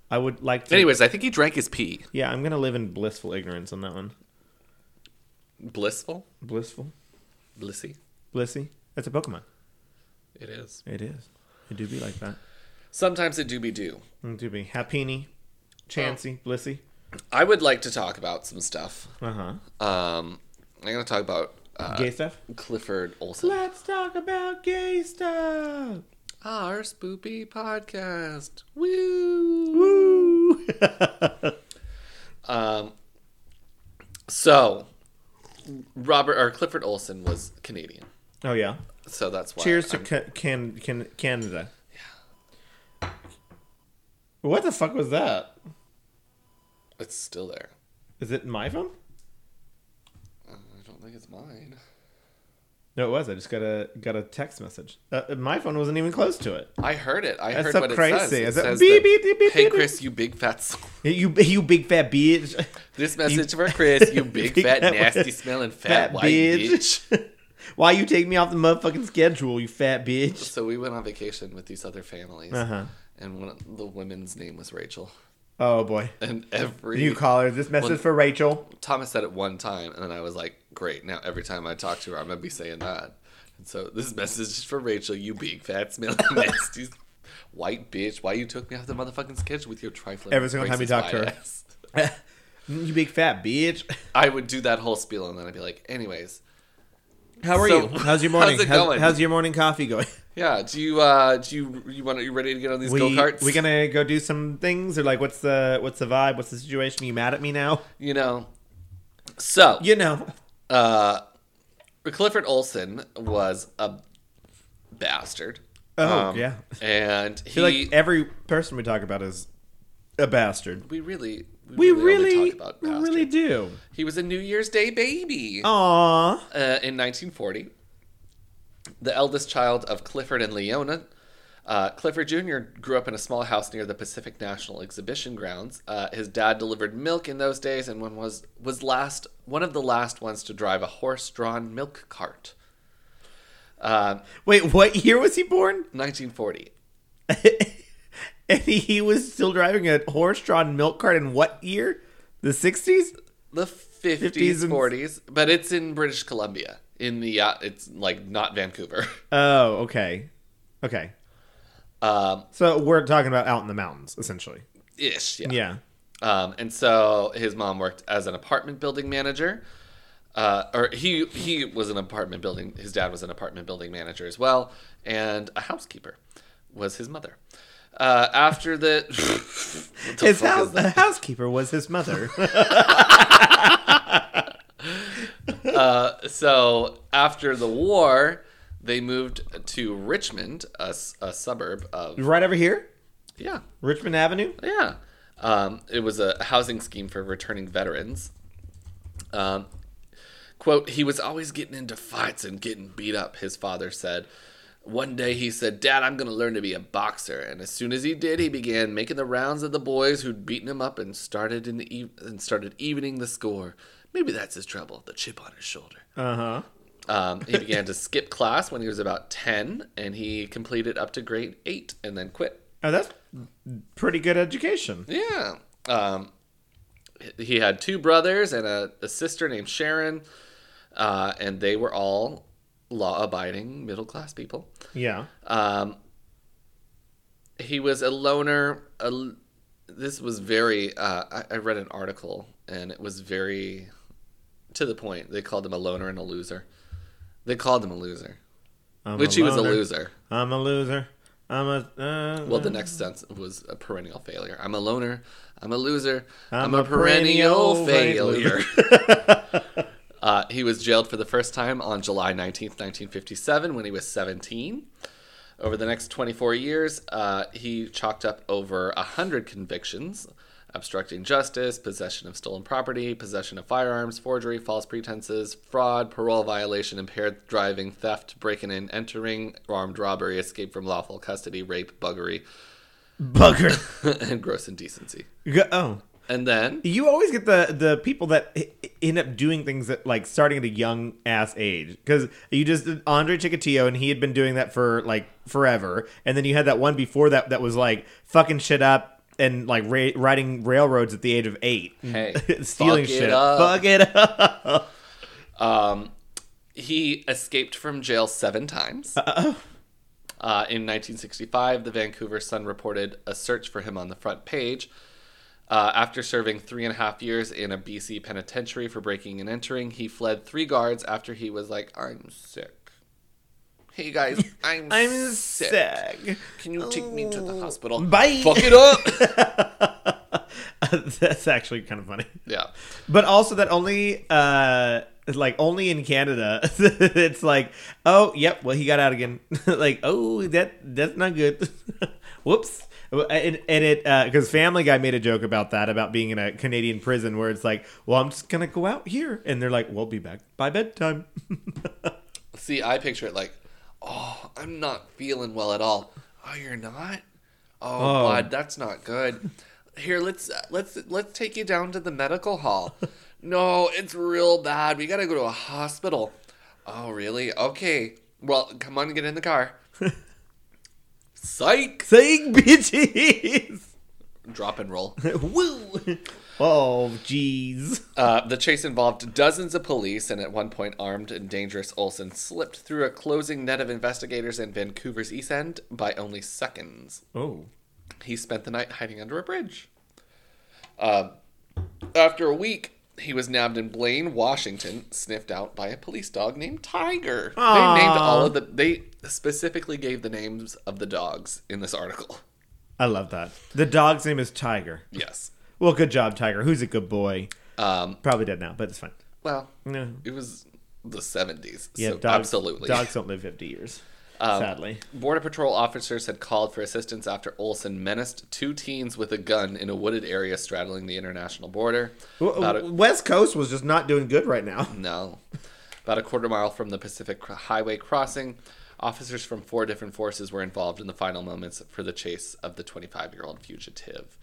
Speaker 1: I would like to.
Speaker 2: Anyways, I think he drank his pee.
Speaker 1: Yeah, I'm gonna live in blissful ignorance on that one.
Speaker 2: Blissful,
Speaker 1: Blissful,
Speaker 2: blissy,
Speaker 1: blissy. That's a Pokemon.
Speaker 2: it is.
Speaker 1: It is. It do be like that.
Speaker 2: Sometimes it do be do.
Speaker 1: It do be Happini, Chansey, Blissey.
Speaker 2: I would like to talk about some stuff.
Speaker 1: Uh huh.
Speaker 2: Um, I'm gonna talk about uh,
Speaker 1: gay stuff.
Speaker 2: Clifford Olson.
Speaker 1: Let's talk about gay stuff.
Speaker 2: Our spoopy podcast. Woo!
Speaker 1: Woo.
Speaker 2: Um, so, Robert or Clifford Olson was Canadian,
Speaker 1: oh yeah.
Speaker 2: so that's why.
Speaker 1: Cheers to
Speaker 2: I'm-
Speaker 1: ca- can can Canada. What the fuck was that?
Speaker 2: it's still there.
Speaker 1: Is it my phone?
Speaker 2: Uh, I don't think it's mine.
Speaker 1: No, it was. I just got a got a text message. Uh, my phone wasn't even close to it.
Speaker 2: I heard it. I
Speaker 1: That's
Speaker 2: heard
Speaker 1: so
Speaker 2: what it says.
Speaker 1: crazy.
Speaker 2: It
Speaker 1: Is it
Speaker 2: says
Speaker 1: beep,
Speaker 2: that,
Speaker 1: beep, beep, beep,
Speaker 2: hey
Speaker 1: beep,
Speaker 2: Chris, you big fat. s-
Speaker 1: You you big fat bitch.
Speaker 2: This message for Chris, you big,
Speaker 1: Big
Speaker 2: fat,
Speaker 1: fat
Speaker 2: nasty
Speaker 1: white-
Speaker 2: smelling fat,
Speaker 1: fat
Speaker 2: white bitch.
Speaker 1: bitch. Why you take me off the motherfucking schedule, you fat bitch?
Speaker 2: So we went on vacation with these other families,
Speaker 1: Uh-huh.
Speaker 2: and one of the woman's name was Rachel.
Speaker 1: Oh boy.
Speaker 2: And every
Speaker 1: You call her. This message
Speaker 2: Well-
Speaker 1: for Rachel.
Speaker 2: Thomas said it one time, and then I was like, "Great! Now every time I talk to her, I'm gonna be saying that." And so this message is for Rachel, you big fat smelling nasty white bitch. Why you took me off the motherfucking schedule with your trifling?
Speaker 1: Every single time you
Speaker 2: racist
Speaker 1: talk to her.
Speaker 2: white ass?"
Speaker 1: you big fat bitch.
Speaker 2: I would do that whole spiel, and then I'd be like, "Anyways,
Speaker 1: How are
Speaker 2: So-
Speaker 1: you? How's your
Speaker 2: how's
Speaker 1: morning?
Speaker 2: it going?
Speaker 1: how's your morning coffee going?
Speaker 2: yeah, do you uh, do you you want you ready to get on these
Speaker 1: We
Speaker 2: go karts?
Speaker 1: we gonna go do some things or like what's the what's the vibe? What's the situation? Are you mad at me now?
Speaker 2: you know." So
Speaker 1: You know.
Speaker 2: uh, Clifford Olson was a bastard. Um,
Speaker 1: Oh, yeah.
Speaker 2: And
Speaker 1: I
Speaker 2: he,
Speaker 1: feel like every person we talk about is a bastard.
Speaker 2: we really,
Speaker 1: We
Speaker 2: only
Speaker 1: really,
Speaker 2: talk about
Speaker 1: we
Speaker 2: bastards.
Speaker 1: really do. Oh.
Speaker 2: He was a New Year's Day baby.
Speaker 1: Aww.
Speaker 2: Uh, in 1940, the eldest child of Clifford and Leona, uh, Clifford Jr. grew up in a small house near the Pacific National Exhibition grounds. Uh, his dad delivered milk in those days, and one was was last one of the last ones to drive a horse-drawn milk cart. Uh,
Speaker 1: Wait, what year was he born?
Speaker 2: 1940.
Speaker 1: and he, he was still driving a horse-drawn milk cart in what year? The 60s?
Speaker 2: the 50s,
Speaker 1: 50s and-
Speaker 2: 40s but it's in british columbia in the uh, it's like not vancouver
Speaker 1: Oh, okay. Okay.
Speaker 2: um
Speaker 1: So we're talking about out in the mountains, essentially.
Speaker 2: ish yeah,
Speaker 1: Yeah.
Speaker 2: um and so his mom worked as an apartment building manager uh, or he he was an apartment building his dad was an apartment building manager as well and a housekeeper was his mother uh, after the, What the
Speaker 1: His
Speaker 2: fuck
Speaker 1: house,
Speaker 2: is that?
Speaker 1: the housekeeper was his mother.
Speaker 2: Uh, so after the war they moved to richmond a, s- a suburb of
Speaker 1: right over here,
Speaker 2: yeah
Speaker 1: Richmond Avenue.
Speaker 2: Yeah. Um, it was a housing scheme for returning veterans. Um, quote, he was always getting into fights and getting beat up, his father said. One day he said, Dad, I'm going to learn to be a boxer. And as soon as he did, he began making the rounds of the boys who'd beaten him up and started, in the eve- and started evening the score. Maybe that's his trouble, the chip on his shoulder.
Speaker 1: Uh huh.
Speaker 2: Um, he began to skip class when he was about 10, and he completed up to grade 8 and then quit.
Speaker 1: Oh, that's pretty good education.
Speaker 2: Yeah. Um, he had two brothers and a, a sister named Sharon, uh, and they were all law abiding middle class people.
Speaker 1: Yeah.
Speaker 2: Um, he was a loner. A, l- this was very, uh, I, I read an article and it was very to the point. They called him a loner and a loser. They called him a loser,
Speaker 1: I'm
Speaker 2: which he was a
Speaker 1: loner.
Speaker 2: loser.
Speaker 1: I'm a loser. I'm a. Uh,
Speaker 2: Well, the next sentence was a perennial failure. I'm a loner. I'm a loser. I'm,
Speaker 1: I'm
Speaker 2: a,
Speaker 1: a
Speaker 2: perennial,
Speaker 1: perennial
Speaker 2: failure. uh, he was jailed for the first time on July 19th, 1957, when he was 17. Over the next 24 years, uh, he chalked up over 100 convictions obstructing justice, possession of stolen property, possession of firearms, forgery, false pretenses, fraud, parole violation, impaired driving, theft, breaking and entering, armed robbery, escape from lawful custody, rape, buggery,
Speaker 1: bugger.
Speaker 2: and gross indecency.
Speaker 1: Go- oh,
Speaker 2: And then,
Speaker 1: you always get the the people that e- end up doing things that like starting at a young ass age because you just Andre Chikatilo and he had been doing that for like forever, and then you had that one before that that was like fucking shit up and like ra- riding railroads at the age of eight,
Speaker 2: hey,
Speaker 1: stealing
Speaker 2: fuck it
Speaker 1: shit,
Speaker 2: up.
Speaker 1: fuck it up.
Speaker 2: He escaped from jail seven times. Uh, in 1965, the Vancouver Sun reported a search for him on the front page. Uh, after serving three and a half years in a BC penitentiary for breaking and entering, he fled three guards after he was like, I'm sick. Hey guys, I'm,
Speaker 1: I'm
Speaker 2: sick.
Speaker 1: sick. Oh.
Speaker 2: Can you take me to the hospital?
Speaker 1: Bye.
Speaker 2: Fuck it up.
Speaker 1: That's actually kind of funny.
Speaker 2: yeah.
Speaker 1: But also that only uh like only in Canada it's like, oh yep, well he got out again. like, oh that that's not good. Whoops. And, and it because Family Guy made a joke about that about being in a Canadian prison where it's like, well, I'm just gonna go out here, and they're like, we'll be back by bedtime.
Speaker 2: See, I picture it like, oh, I'm not feeling well at all. Oh, you're not? Oh, bud, that's not good. Here, let's let's let's take you down to the medical hall. no, it's real bad. We gotta go to a hospital. Oh, really? Okay. Well, come on, get in the car. Psych.
Speaker 1: Saying bitches.
Speaker 2: Drop and roll.
Speaker 1: Woo. Oh jeez.
Speaker 2: Uh, the chase involved dozens of police, and at one point, armed and dangerous Olson slipped through a closing net of investigators in Vancouver's East End by only seconds.
Speaker 1: Oh.
Speaker 2: he spent the night hiding under a bridge. Um, after a week, he was nabbed in Blaine, Washington, sniffed out by a police dog named Tiger.
Speaker 1: Aw.
Speaker 2: They named all of the. They specifically gave the names of the dogs in this article.
Speaker 1: I love that. The dog's name is Tiger.
Speaker 2: Yes.
Speaker 1: Well, good job, Tiger. Who's a good boy?
Speaker 2: Um,
Speaker 1: Probably dead now, but it's fine.
Speaker 2: well,
Speaker 1: No.
Speaker 2: it was the 70s.
Speaker 1: Yeah,
Speaker 2: so
Speaker 1: dogs,
Speaker 2: absolutely. Um,
Speaker 1: Dogs don't live 50 years, sadly.
Speaker 2: Border Patrol officers had called for assistance after Olson menaced two teens with a gun in a wooded area straddling the international border.
Speaker 1: W-
Speaker 2: About a-
Speaker 1: w- West Coast was just not doing good right now.
Speaker 2: No. About a quarter mile from the Pacific Cr- Highway crossing, officers from four different forces were involved in the final moments for the chase of the 25 year old fugitive.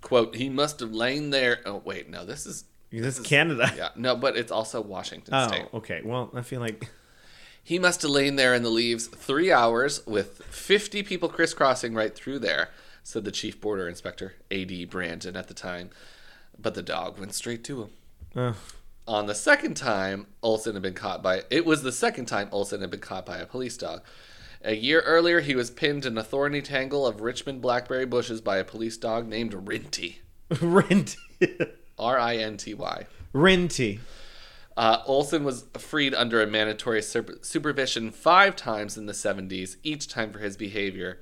Speaker 2: Quote, he must have lain there. Oh, wait, no, this is.
Speaker 1: This is Canada.
Speaker 2: Yeah, no, but it's also Washington State.
Speaker 1: Oh, okay. Well, I feel like
Speaker 2: He must have lain there in the leaves three hours with 50 people crisscrossing right through there, said the chief border inspector, A.D. Brandon, at the time. But the dog went straight to him.
Speaker 1: Ugh.
Speaker 2: On the second time, Olson had been caught by. It was the second time Olson had been caught by a police dog. A year earlier, he was pinned in a thorny tangle of Richmond blackberry bushes by a police dog named Rinty.
Speaker 1: rent,
Speaker 2: R I N T Y.
Speaker 1: renty.
Speaker 2: Uh, Olson was freed under a mandatory sur- supervision five times in the 70s. Each time for his behavior,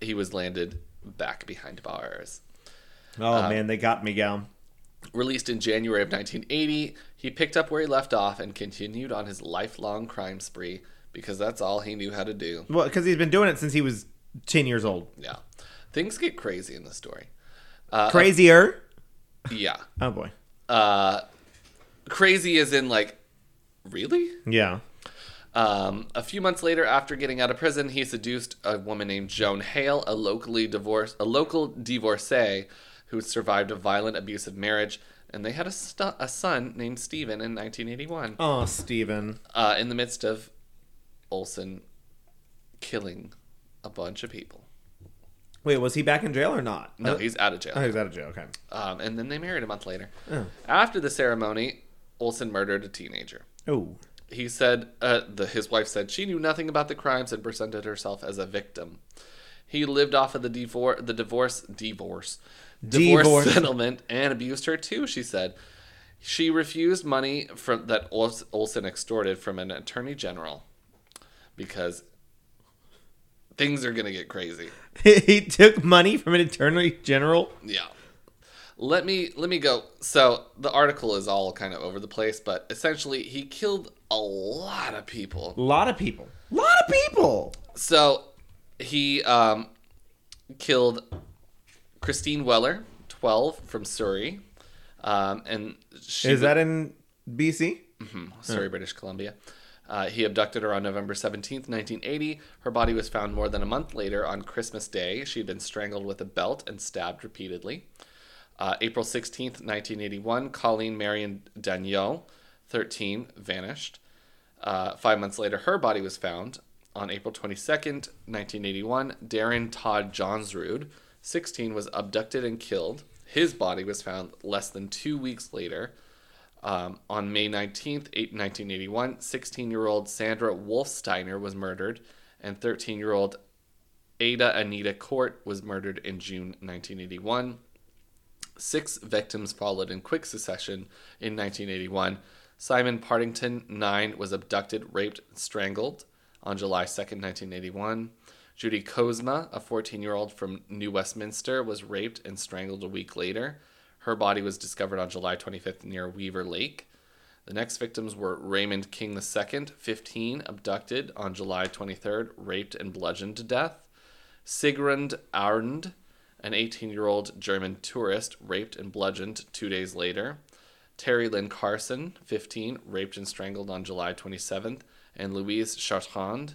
Speaker 2: he was landed back behind bars.
Speaker 1: Oh
Speaker 2: Uh,
Speaker 1: man, they got me, gal.
Speaker 2: Released in January of 1980, he picked up where he left off and continued on his lifelong crime spree because that's all he knew how to do.
Speaker 1: Well, because he's been doing it since he was 10 years old.
Speaker 2: Yeah. Things get crazy in this story. Uh,
Speaker 1: Crazier.
Speaker 2: Yeah.
Speaker 1: Oh boy.
Speaker 2: Uh, crazy as in, like, really?
Speaker 1: Yeah.
Speaker 2: Um, a few months later, after getting out of prison, he seduced a woman named Joan Hale, a locally divorced, a local divorcee, who survived a violent, abusive marriage, and they had a, st- a son named Stephen in 1981.
Speaker 1: Oh, Steven.
Speaker 2: Uh, in the midst of Olson killing a bunch of people,
Speaker 1: Wait, was he back in jail or not?
Speaker 2: no, he's out of jail.
Speaker 1: Oh, he's out of jail. Okay.
Speaker 2: Um, and then they married a month later. After the ceremony, Olson murdered a teenager.
Speaker 1: Oh.
Speaker 2: he said uh, the, his wife said she knew nothing about the crimes and presented herself as a victim he lived off of the divor- the divorce divorce divorce,
Speaker 1: Divorce.
Speaker 2: settlement and abused her too she said she refused money from that Ols- olson extorted from an attorney general because things are going to get crazy
Speaker 1: he took money from an attorney general.
Speaker 2: yeah. Let me let me go. So the article is all kind of over the place, but essentially he killed a lot of people.
Speaker 1: A lot of people. A lot of people.
Speaker 2: So he um, killed Christine Weller, twelve, from Surrey, um, and she
Speaker 1: Is that in BC?
Speaker 2: Surrey, British Columbia. Uh, he abducted her on November 17th, 1980. Her body was found more than a month later on Christmas Day. She had been strangled with a belt and stabbed repeatedly. Uh, April 16th, 1981, Colleen Marion Danielle, 13, vanished. Uh, five months later, her body was found. On April 22nd, 1981, Darren Todd Johnsrud, 16, was abducted and killed. His body was found less than two weeks later. Um, on May 19th, 8, 1981, 16 year old Sandra Wolfsteiner was murdered, and 13 year old Ada Anita Court was murdered in June 1981. Six victims followed in quick succession in 1981. Simon Partington, nine, was abducted, raped, and strangled on July 2nd, 1981. Judy Kozma, a 14 year old from New Westminster, was raped and strangled a week later. Her body was discovered on July 25th near Weaver Lake. The next victims were Raymond King II, 15, abducted on July 23rd, raped and bludgeoned to death. Sigrund Arnd, an 18 year old German tourist, raped and bludgeoned two days later. Terry Lynn Carson, 15, raped and strangled on July 27th. And Louise Chartrand,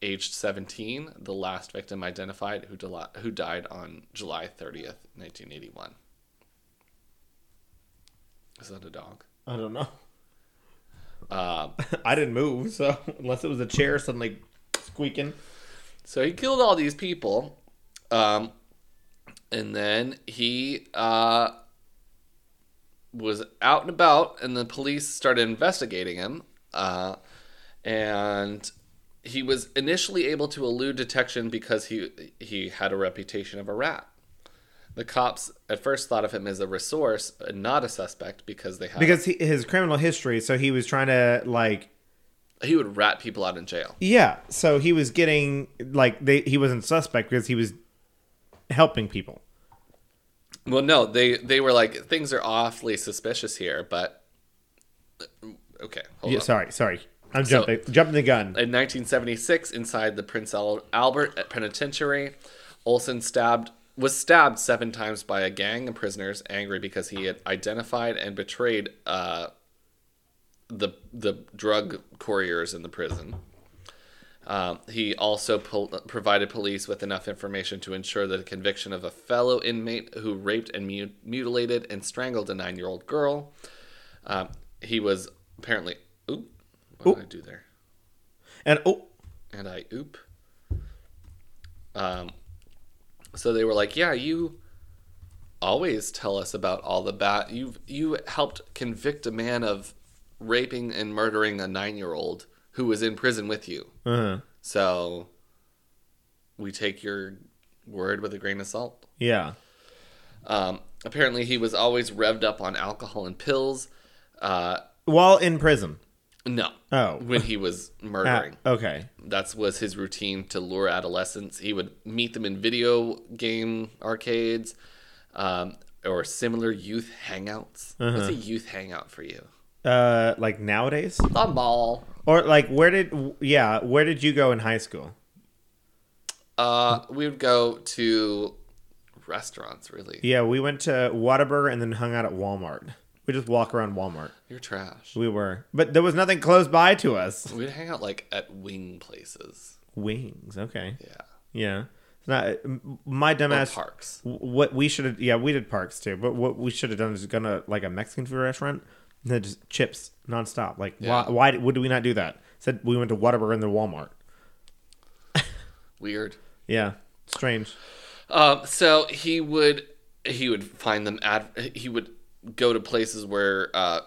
Speaker 2: aged 17, the last victim identified, who, deli- who died on July 30th, 1981. Is that a dog?
Speaker 1: I don't know.
Speaker 2: Um,
Speaker 1: Uh, I didn't move, so unless it was a chair suddenly squeaking.
Speaker 2: So he killed all these people, um, and then he uh, was out and about, and the police started investigating him. Uh, and he was initially able to elude detection because he he had a reputation of a rat. The cops at first thought of him as a resource and not a suspect because they had
Speaker 1: Because he, his criminal history, so he was trying to like
Speaker 2: he would rat people out in jail.
Speaker 1: Yeah, so he was getting like they he wasn't suspect because he was helping people.
Speaker 2: Well, no, they they were like things are awfully suspicious here, but Okay, hold
Speaker 1: Yeah,
Speaker 2: on.
Speaker 1: sorry, sorry. I'm
Speaker 2: So-
Speaker 1: jumping jumping the gun.
Speaker 2: In 1976, inside the Prince Al- Albert Penitentiary, Olson stabbed was stabbed seven times by a gang of prisoners, angry because he had identified and betrayed uh, the the drug couriers in the prison. Um, he also pol- provided police with enough information to ensure the conviction of a fellow inmate who raped and mu- mutilated and strangled a nine-year-old girl. Um, he was apparently. Oop, what did I do there?
Speaker 1: And oh,
Speaker 2: and I oop. Um, so they were like, "Yeah, you always tell us about all the bad. You have you helped convict a man of raping and murdering a nine year old who was in prison with you.
Speaker 1: uh-huh.
Speaker 2: So we take your word with a grain of salt."
Speaker 1: yeah.
Speaker 2: Um, apparently, he was always revved up on alcohol and pills. Uh,
Speaker 1: While in prison.
Speaker 2: no,
Speaker 1: Oh.
Speaker 2: when he was
Speaker 1: Ah,
Speaker 2: murdering.
Speaker 1: okay.
Speaker 2: That was his routine to lure adolescents. He would meet them in video game arcades um, or similar youth hangouts. What's a youth hangout for you?
Speaker 1: Uh, like nowadays,
Speaker 2: The mall.
Speaker 1: or like where did yeah where did you go in high school?
Speaker 2: Uh, we would go to restaurants, really.
Speaker 1: Yeah, we went to Whataburger and then hung out at Walmart. We just walk around Walmart.
Speaker 2: You're trash.
Speaker 1: We were, but there was nothing close by to us.
Speaker 2: We'd hang out like at wing places.
Speaker 1: Wings, okay,
Speaker 2: Yeah.
Speaker 1: yeah. It's not m- my
Speaker 2: Or
Speaker 1: dumbass.
Speaker 2: parks.
Speaker 1: What we should have, yeah, we did parks too. But what we should have done is gonna like a Mexican food restaurant, and then just chips nonstop. Like,
Speaker 2: Yeah.
Speaker 1: why? Why did- would we not do that? Said we went to Whataburger and then Walmart.
Speaker 2: Weird.
Speaker 1: Yeah, strange.
Speaker 2: Um, so he would he would find them ad he would go to places where uh,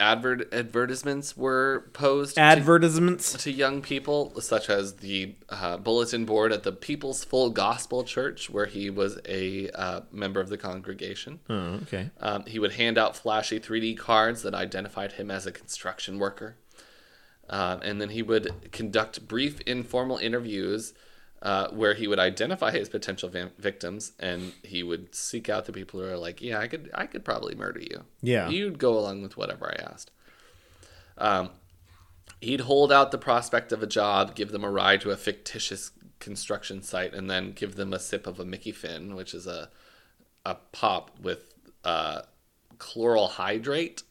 Speaker 2: advert advertisements were posed to,
Speaker 1: Advertisements.
Speaker 2: to young people, such as the uh, bulletin board at the People's Full Gospel Church, where he was a uh, member of the congregation.
Speaker 1: Oh, okay.
Speaker 2: Um, he would hand out flashy 3D cards that identified him as a construction worker. Um, and then he would conduct brief informal interviews uh, where he would identify his potential vam- victims and he would seek out the people who are like, yeah, I could, I could probably murder you.
Speaker 1: Yeah.
Speaker 2: You'd go along with whatever I asked. Um, he'd hold out the prospect of a job, give them a ride to a fictitious construction site, and then give them a sip of a Mickey Finn, which is a a pop with uh, chloral hydrate,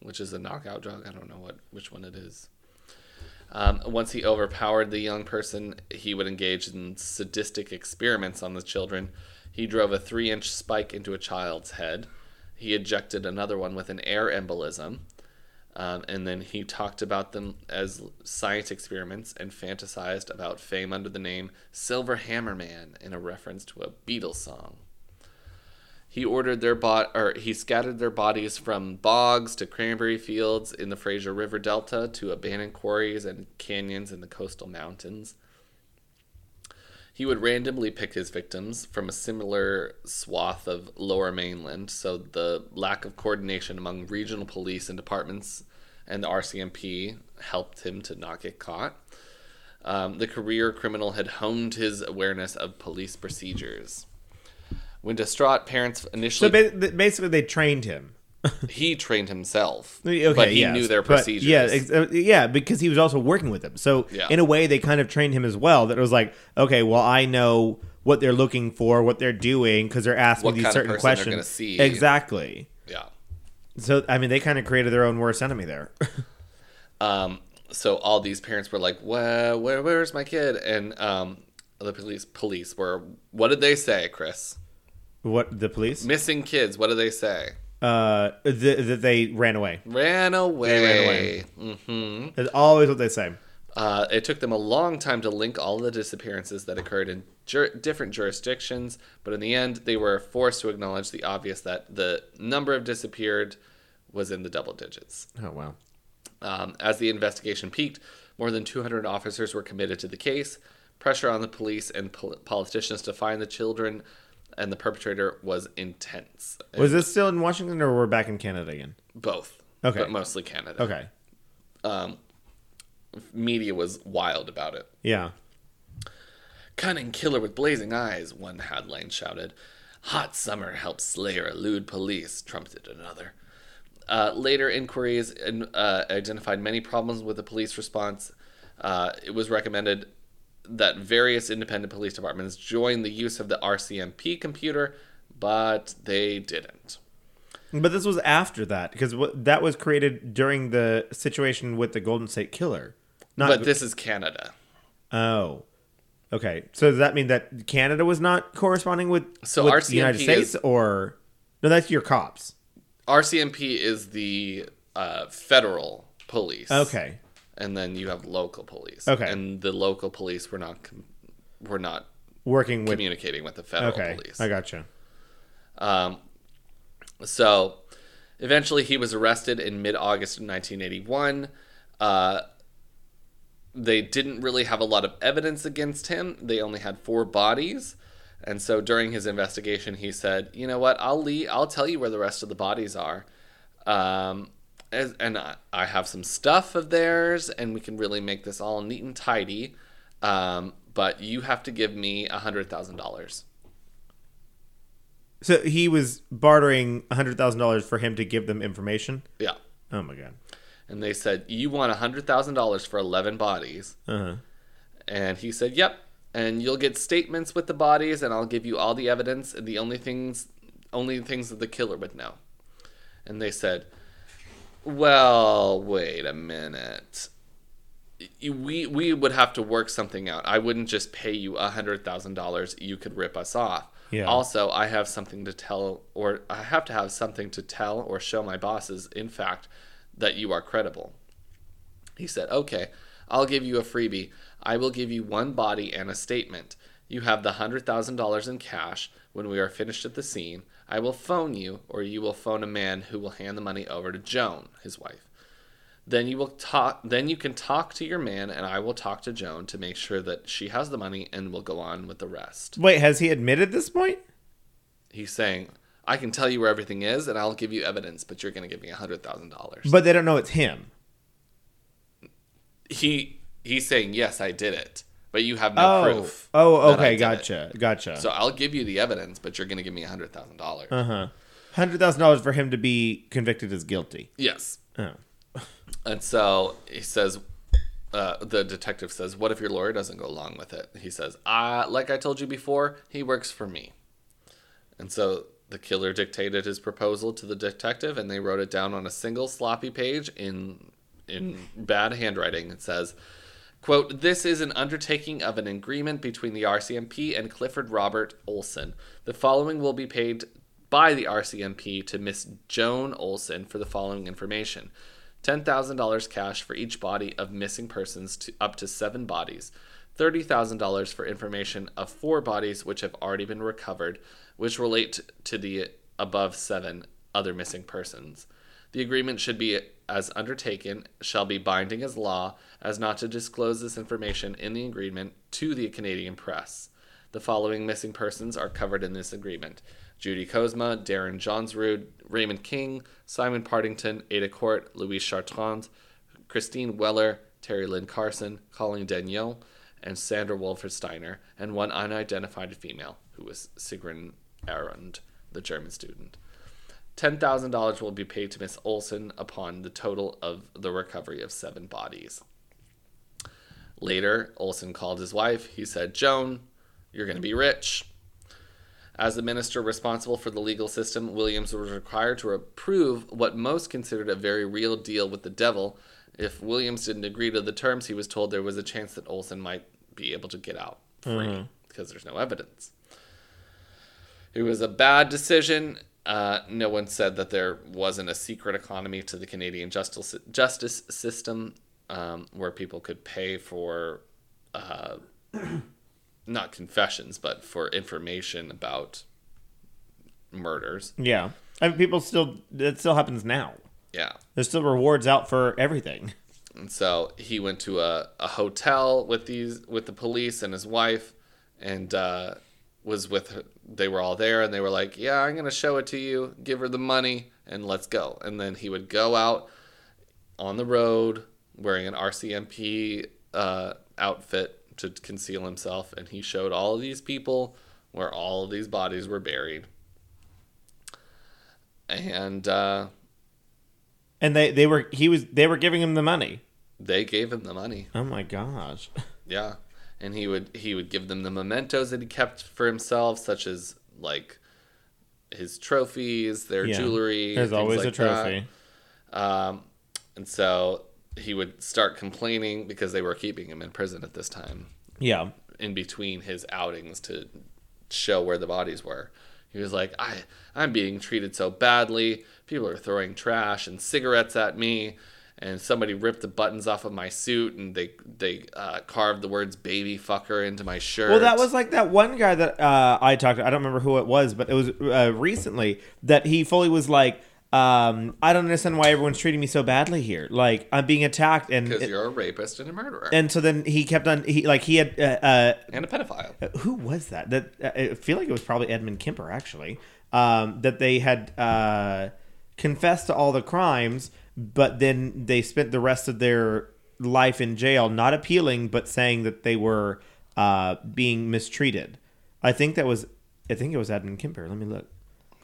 Speaker 2: which is a knockout drug. I don't know what which one it is. Um, once he overpowered the young person, he would engage in sadistic experiments on the children. He drove a three inch spike into a child's head. He ejected another one with an air embolism. Um, and then he talked about them as science experiments and fantasized about fame under the name Silver Hammer Man in a reference to a Beatles song. He ordered their bot or he scattered their bodies from bogs to cranberry fields in the Fraser River Delta to abandoned quarries and canyons in the coastal mountains. He would randomly pick his victims from a similar swath of lower mainland, so the lack of coordination among regional police and departments and the RCMP helped him to not get caught. Um, the career criminal had honed his awareness of police procedures. When distraught, parents
Speaker 1: So
Speaker 2: initially
Speaker 1: ba- basically, they trained him.
Speaker 2: he trained himself,
Speaker 1: Okay,
Speaker 2: but he
Speaker 1: yes,
Speaker 2: knew their
Speaker 1: but-
Speaker 2: procedures.
Speaker 1: yeah, ex- uh, yeah, because he was also working with them. So
Speaker 2: Yeah.
Speaker 1: in a way, they kind of trained him as well. That it was like, okay, well, I know what they're looking for, what they're doing, because they're asking
Speaker 2: What
Speaker 1: these
Speaker 2: kind of
Speaker 1: certain
Speaker 2: person they're
Speaker 1: questions.
Speaker 2: gonna see.
Speaker 1: Exactly.
Speaker 2: yeah.
Speaker 1: So I mean, they kind of created their own worst enemy there.
Speaker 2: Um, so all these parents were like, "Where, where, where's my kid?" And um, the police, police were, "What did they say, Chris?
Speaker 1: what the police?
Speaker 2: Missing kids. What do they say?
Speaker 1: Uh, th- that they ran away.
Speaker 2: Ran away."
Speaker 1: away.
Speaker 2: hmm
Speaker 1: That's always what they say.
Speaker 2: Uh, it took them a long time to link all the disappearances that occurred in jur- different jurisdictions, but in the end, they were forced to acknowledge the obvious that the number of disappeared was in the double digits.
Speaker 1: Oh wow.
Speaker 2: Um, as the investigation peaked, more than 200 officers were committed to the case. Pressure on the police and pol- politicians to find the children and the perpetrator was intense.
Speaker 1: Was this still in Washington or we're back in Canada again?
Speaker 2: Both,
Speaker 1: Okay.
Speaker 2: but mostly Canada.
Speaker 1: Okay.
Speaker 2: Media was wild about it.
Speaker 1: Yeah.
Speaker 2: Cunning killer with blazing eyes, one headline shouted. Hot summer helps Slayer elude police, trumpeted another. Uh, later inquiries in, uh, identified many problems with the police response. Uh, it was recommended that various independent police departments join the use of the RCMP computer, but they didn't.
Speaker 1: But this was after that because wh- that was created during the situation with the Golden State Killer. Not
Speaker 2: But this is Canada.
Speaker 1: oh, okay. So does that mean that Canada was not corresponding with
Speaker 2: So
Speaker 1: with the
Speaker 2: RCMP
Speaker 1: United States
Speaker 2: is-
Speaker 1: or no? That's your cops.
Speaker 2: RCMP is the uh, federal police.
Speaker 1: Okay,
Speaker 2: And then you have local police.
Speaker 1: Okay.
Speaker 2: And the local police were not com- were not
Speaker 1: working with
Speaker 2: communicating with the federal
Speaker 1: okay.
Speaker 2: police.
Speaker 1: I gotcha.
Speaker 2: So eventually he was arrested in mid August of 1981. Uh, they didn't really have a lot of evidence against him, they only had four bodies. And so during his investigation, he said, You know what? I'll, leave, I'll tell you where the rest of the bodies are. Um, as, and I, I have some stuff of theirs, and we can really make this all neat and tidy. Um, but you have to give me $100,000.
Speaker 1: So he was bartering hundred thousand dollars for him to give them information.
Speaker 2: Yeah.
Speaker 1: Oh my god.
Speaker 2: and they said, "You want hundred thousand dollars for eleven bodies?"
Speaker 1: Uh-huh.
Speaker 2: And he said, "Yep." And you'll get statements with the bodies, and I'll give you all the evidence and the only things, only things that the killer would know. And they said, "Well, wait a minute. Y- We we would have to work something out. I wouldn't just pay you hundred thousand dollars. You could rip us off."
Speaker 1: Yeah.
Speaker 2: Also, I have something to tell, or I have to have something to tell or show my bosses, in fact, that you are credible. He said, Okay, I'll give you a freebie. I will give you one body and a statement. You have the $100,000 in cash. When we are finished at the scene, I will phone you, or you will phone a man who will hand the money over to Joan, his wife. Then you will talk. Then you can talk to your man, and I will talk to Joan to make sure that she has the money, and we'll go on with the rest.
Speaker 1: Wait, has he admitted this point?
Speaker 2: He's saying, "I can tell you where everything is, and I'll give you evidence, but you're going to give me a hundred thousand dollars."
Speaker 1: But they don't know it's him.
Speaker 2: he he's saying yes i did it but you have no
Speaker 1: Oh,
Speaker 2: proof
Speaker 1: oh,
Speaker 2: that I
Speaker 1: okay,
Speaker 2: did
Speaker 1: gotcha, gotcha.
Speaker 2: it. so i'll give you the evidence but you're gonna give me a hundred thousand dollars
Speaker 1: Uh-huh. hundred thousand dollars for him to be convicted as guilty.
Speaker 2: yes
Speaker 1: Oh.
Speaker 2: and so he says uh, the detective says what if your lawyer doesn't go along with it he says ah like i told you before he works for me and so the killer dictated his proposal to the detective and they wrote it down on a single sloppy page in in bad handwriting it says Quote, this is an undertaking of an agreement between the RCMP and Clifford Robert Olson. The following will be paid by the RCMP to Miss Joan Olson for the following information $10,000 cash for each body of missing persons to up to seven bodies, $30,000 for information of four bodies which have already been recovered, which relate to the above seven other missing persons. The agreement should be as undertaken, shall be binding as law, as not to disclose this information in the agreement to the Canadian press. The following missing persons are covered in this agreement Judy Kozma, Darren Johnsrud, Raymond King, Simon Partington, Ada Court, Louise Chartrand, Christine Weller, Terry Lynn Carson, Colleen Danielle, and Sandra Wolford Steiner, and one unidentified female, who was Sigrun Arund, the German student. $10,000 will be paid to Miss Olson upon the total of the recovery of seven bodies. Later, Olson called his wife. He said, Joan, you're going to be rich. As the minister responsible for the legal system, Williams was required to approve what most considered a very real deal with the devil. If Williams didn't agree to the terms, he was told there was a chance that Olson might be able to get out free because there's no evidence. It was a bad decision. Uh, no one said that there wasn't a secret economy to the Canadian justice justice system um, where people could pay for uh, not confessions, but for information about murders.
Speaker 1: Yeah, I mean, people still it still happens now.
Speaker 2: Yeah.
Speaker 1: There's still rewards out for everything.
Speaker 2: And so he went to a, a hotel with these with the police and his wife, and uh, was with her. They were all there, and they were like, "Yeah, I'm gonna show it to you. Give her the money, and let's go." And then he would go out on the road wearing an RCMP uh, outfit to conceal himself, and he showed all of these people where all of these bodies were buried. And uh,
Speaker 1: And they they were he was they were giving him the money.
Speaker 2: They gave him the money.
Speaker 1: Oh my gosh.
Speaker 2: Yeah, and he would he would give them the mementos that he kept for himself, such as like his trophies, their
Speaker 1: Yeah.
Speaker 2: jewelry.
Speaker 1: There's
Speaker 2: things
Speaker 1: always
Speaker 2: like
Speaker 1: a trophy.
Speaker 2: that. Um, and so he would start complaining because they were keeping him in prison at this time.
Speaker 1: Yeah.
Speaker 2: in between his outings to show where the bodies were. He was like, I, I'm being treated so badly. People are throwing trash and cigarettes at me. And somebody ripped the buttons off of my suit and they, they uh, carved the words baby fucker into my shirt.
Speaker 1: Well, that was like that one guy that uh, I talked to. I don't remember who it was, but it was uh, recently that he fully was like, um, I don't understand why everyone's treating me so badly here. Like, I'm being attacked. And,
Speaker 2: Because you're a rapist and a murderer and,
Speaker 1: and so then he kept on, he like, he had, uh, uh,
Speaker 2: a pedophile.
Speaker 1: who was that? That uh, I feel like it was probably Edmund Kemper actually. Um, that they had uh, confessed to all the crimes, but then they spent the rest of their life in jail, not appealing, but saying that they were uh, being mistreated. I think that was, I think it was Edmund Kemper. Let me look.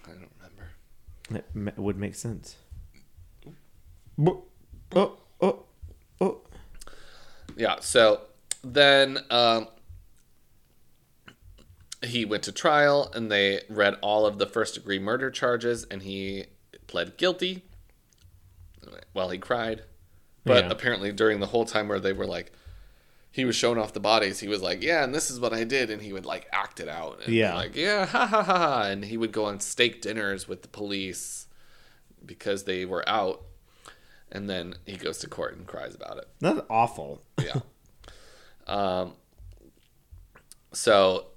Speaker 2: I don't remember.
Speaker 1: That m- would make sense. Bo- Oh, oh, oh.
Speaker 2: Yeah. So then um, he went to trial, and they read all of the first degree murder charges, and he pled guilty. Well, he cried, but
Speaker 1: Yeah.
Speaker 2: apparently during the whole time where they were like, he was showing off the bodies. He was like, "Yeah, and this is what I did," and he would like act it out. And be
Speaker 1: Yeah.
Speaker 2: Like, yeah, ha ha ha, ha," and he would go on steak dinners with the police because they were out. And then he goes to court and cries about it
Speaker 1: That's awful.
Speaker 2: yeah. Um. So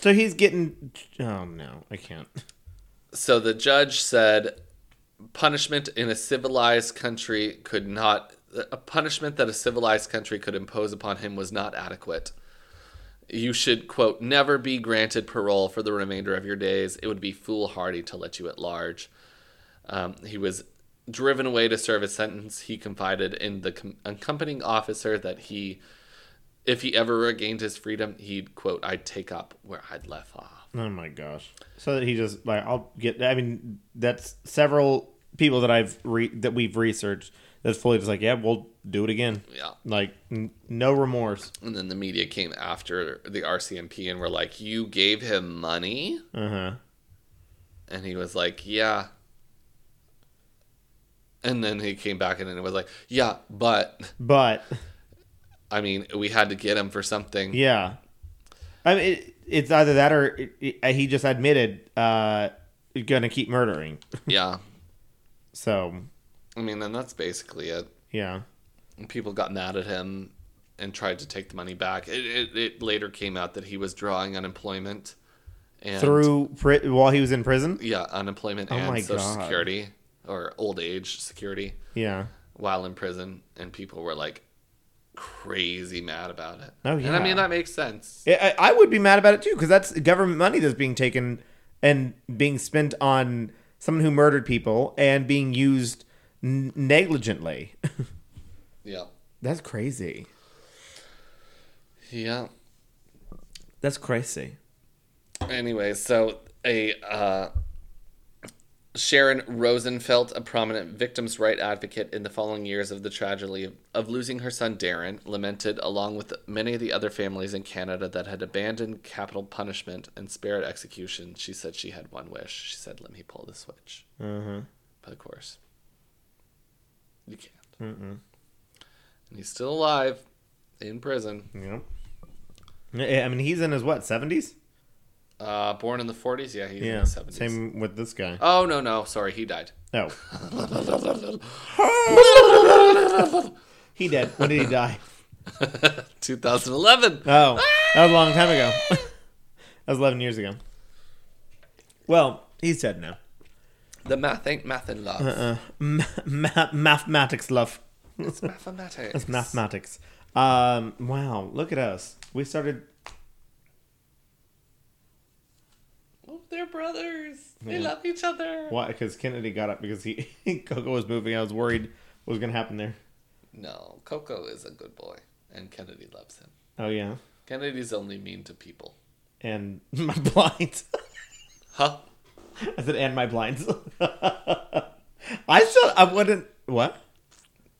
Speaker 1: So he's getting. Oh no, I can't.
Speaker 2: so the judge said punishment in a civilized country could not a punishment that a civilized country could impose upon him was not adequate. You should quote never be granted parole for the remainder of your days. It would be foolhardy to let you at large. Um, he was driven away to serve his sentence. He confided in the com- accompanying officer that he, if he ever regained his freedom, he'd quote, "I'd take up where I'd left off."
Speaker 1: Oh my gosh! So that he just like I'll get. I mean, that's several people that I've re- that we've researched that's fully just like, yeah, we'll do it again.
Speaker 2: Yeah.
Speaker 1: Like n- no remorse.
Speaker 2: And then the media came after the RCMP and were like, "You gave him money,"
Speaker 1: Uh huh.
Speaker 2: and he was like, "Yeah." And then he came back and it was like, "Yeah, but
Speaker 1: But
Speaker 2: I mean, we had to get him for something."
Speaker 1: yeah, I mean, it, it's either that or it, it- he just admitted uh gonna keep murdering.
Speaker 2: yeah.
Speaker 1: So
Speaker 2: I mean, and that's basically it.
Speaker 1: yeah,
Speaker 2: And people got mad at him and tried to take the money back. It, it, it later came out that he was drawing unemployment and
Speaker 1: through pri- while he was in prison.
Speaker 2: yeah, unemployment
Speaker 1: Oh my
Speaker 2: and social
Speaker 1: God.
Speaker 2: security or old age security.
Speaker 1: Yeah.
Speaker 2: while in prison, and people were like crazy mad about it.
Speaker 1: Oh,
Speaker 2: And I
Speaker 1: yeah.
Speaker 2: mean, that makes sense.
Speaker 1: I, I I would be mad about it too because that's government money that's being taken and being spent on someone who murdered people and being used n- negligently.
Speaker 2: Yeah.
Speaker 1: that's crazy.
Speaker 2: Yeah.
Speaker 1: That's crazy.
Speaker 2: Anyway, so a uh, Sharon Rosenfeld, a prominent victims' right advocate in the following years of the tragedy of, of losing her son Darren, lamented along with many of the other families in Canada that had abandoned capital punishment and spared execution. She said she had one wish. She said, "Let me pull the switch."
Speaker 1: Uh-huh.
Speaker 2: But of course, you can't. And he's still alive in prison.
Speaker 1: Yep. I I mean, he's in his what seventies?
Speaker 2: Uh, born in the 40s. Yeah, he's in
Speaker 1: Yeah.
Speaker 2: the 70s.
Speaker 1: Same with this guy.
Speaker 2: Oh, no, no. Sorry, he died.
Speaker 1: Oh, he did. When did he die?
Speaker 2: 2011.
Speaker 1: Oh, that was a long time ago. that was eleven years ago. Well, he's dead now.
Speaker 2: The math ain't math in love.
Speaker 1: Uh, ma- ma- mathematics love.
Speaker 2: It's mathematics.
Speaker 1: It's mathematics. Um, wow, look at us. We started.
Speaker 2: Oh, they're brothers. They love each other.
Speaker 1: Why? Because Kennedy got up because he Coco was moving. I was worried what was going to happen there.
Speaker 2: No, Coco is a good boy, and Kennedy loves him.
Speaker 1: Oh yeah,
Speaker 2: Kennedy's only mean to people.
Speaker 1: and my blinds.
Speaker 2: Huh?
Speaker 1: I said, and my blinds. I still I wouldn't what?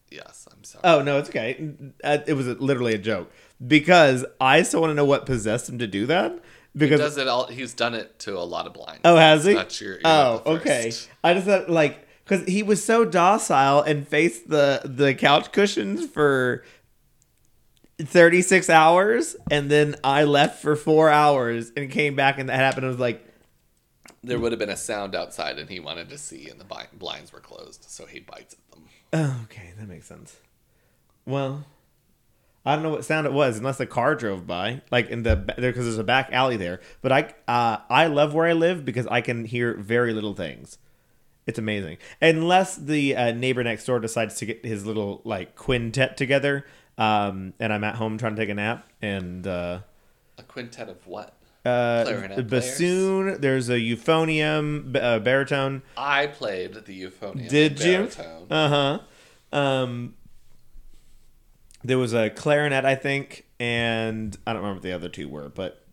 Speaker 2: Yes, I'm sorry.
Speaker 1: Oh no, it's okay. Uh, It was literally a joke because I still want to know what possessed him to do that. Because
Speaker 2: Does it all? He's done it to a lot of blinds.
Speaker 1: oh, has he?
Speaker 2: Not your- you're
Speaker 1: oh,
Speaker 2: not the
Speaker 1: okay.
Speaker 2: first.
Speaker 1: I just thought like because he was so docile and faced the the couch cushions for. 36 hours and then I left for 4 hours and came back and that happened I was like
Speaker 2: There would have been a sound outside, and he wanted to see, and the bi- blinds were closed, so he bites at them.
Speaker 1: Oh, okay, that makes sense. Well, I don't know what sound it was, unless the car drove by, like in the ba- there, because there's a back alley there. But I, uh, I love where I live because I can hear very little things. It's amazing, unless the uh, neighbor next door decides to get his little like quintet together, um, and I'm at home trying to take a nap, and uh,
Speaker 2: A quintet of what?
Speaker 1: uh,
Speaker 2: Clarinet
Speaker 1: the
Speaker 2: players.
Speaker 1: bassoon, there's a euphonium, b- uh, baritone.
Speaker 2: I played the euphonium.
Speaker 1: Did you?
Speaker 2: baritone.
Speaker 1: Uh huh. Um, there was a clarinet, I think, and I don't remember what the other two were, but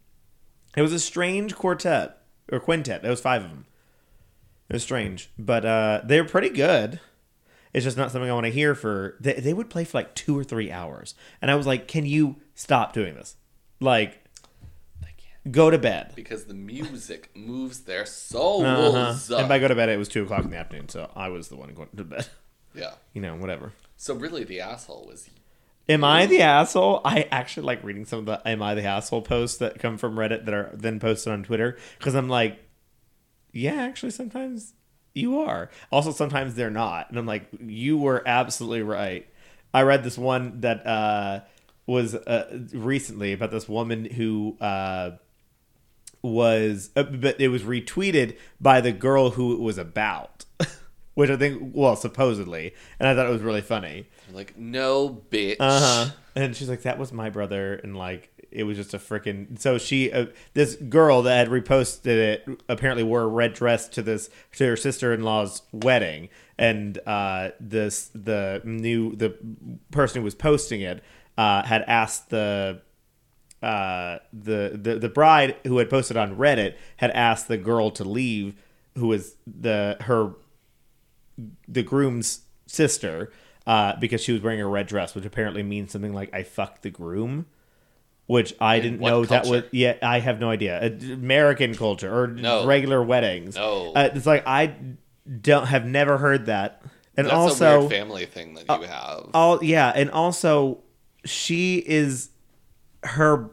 Speaker 1: it was a strange quartet or quintet. There was five of them. It was strange, but uh, they were pretty good. It's just not something I want to hear for. They, they would play for like two or three hours, and I was like, "Can you stop doing this? Like,
Speaker 2: They can't.
Speaker 1: go to bed."
Speaker 2: Because the music moves their souls.
Speaker 1: Uh-huh. And by go to bed, it was two o'clock in the afternoon, so I was the one going to bed.
Speaker 2: yeah.
Speaker 1: You know, whatever.
Speaker 2: So really, the asshole was
Speaker 1: Am I the asshole? I actually like reading some of the "Am I the asshole" posts that come from Reddit that are then posted on Twitter because I'm like, yeah, actually, sometimes you are. Also, sometimes they're not, and I'm like, you were absolutely right. I read this one that uh, was uh, recently about this woman who. Uh, was uh, but it was retweeted by the girl who it was about which i think well supposedly and i thought it was really funny
Speaker 2: like, no bitch.
Speaker 1: uh-huh. And she's like, "That was my brother," and like it was just a freaking. So she, uh, this girl that had reposted it, apparently wore a red dress to this to her sister in law's wedding, and uh, this the new the person who was posting it uh, had asked the uh, the, the the bride who had posted on Reddit had asked the girl to leave, who was the her the groom's sister, uh, because she was wearing a red dress, which apparently means something like "I fucked the groom," which I didn't
Speaker 2: what
Speaker 1: know that was.
Speaker 2: culture?
Speaker 1: Yeah, I have no idea. Uh, American culture or
Speaker 2: No.
Speaker 1: regular weddings.
Speaker 2: No.
Speaker 1: uh, it's like I don't have never heard that, and
Speaker 2: That's
Speaker 1: also uh,
Speaker 2: a weird family thing that you have.
Speaker 1: all yeah, and also she is her.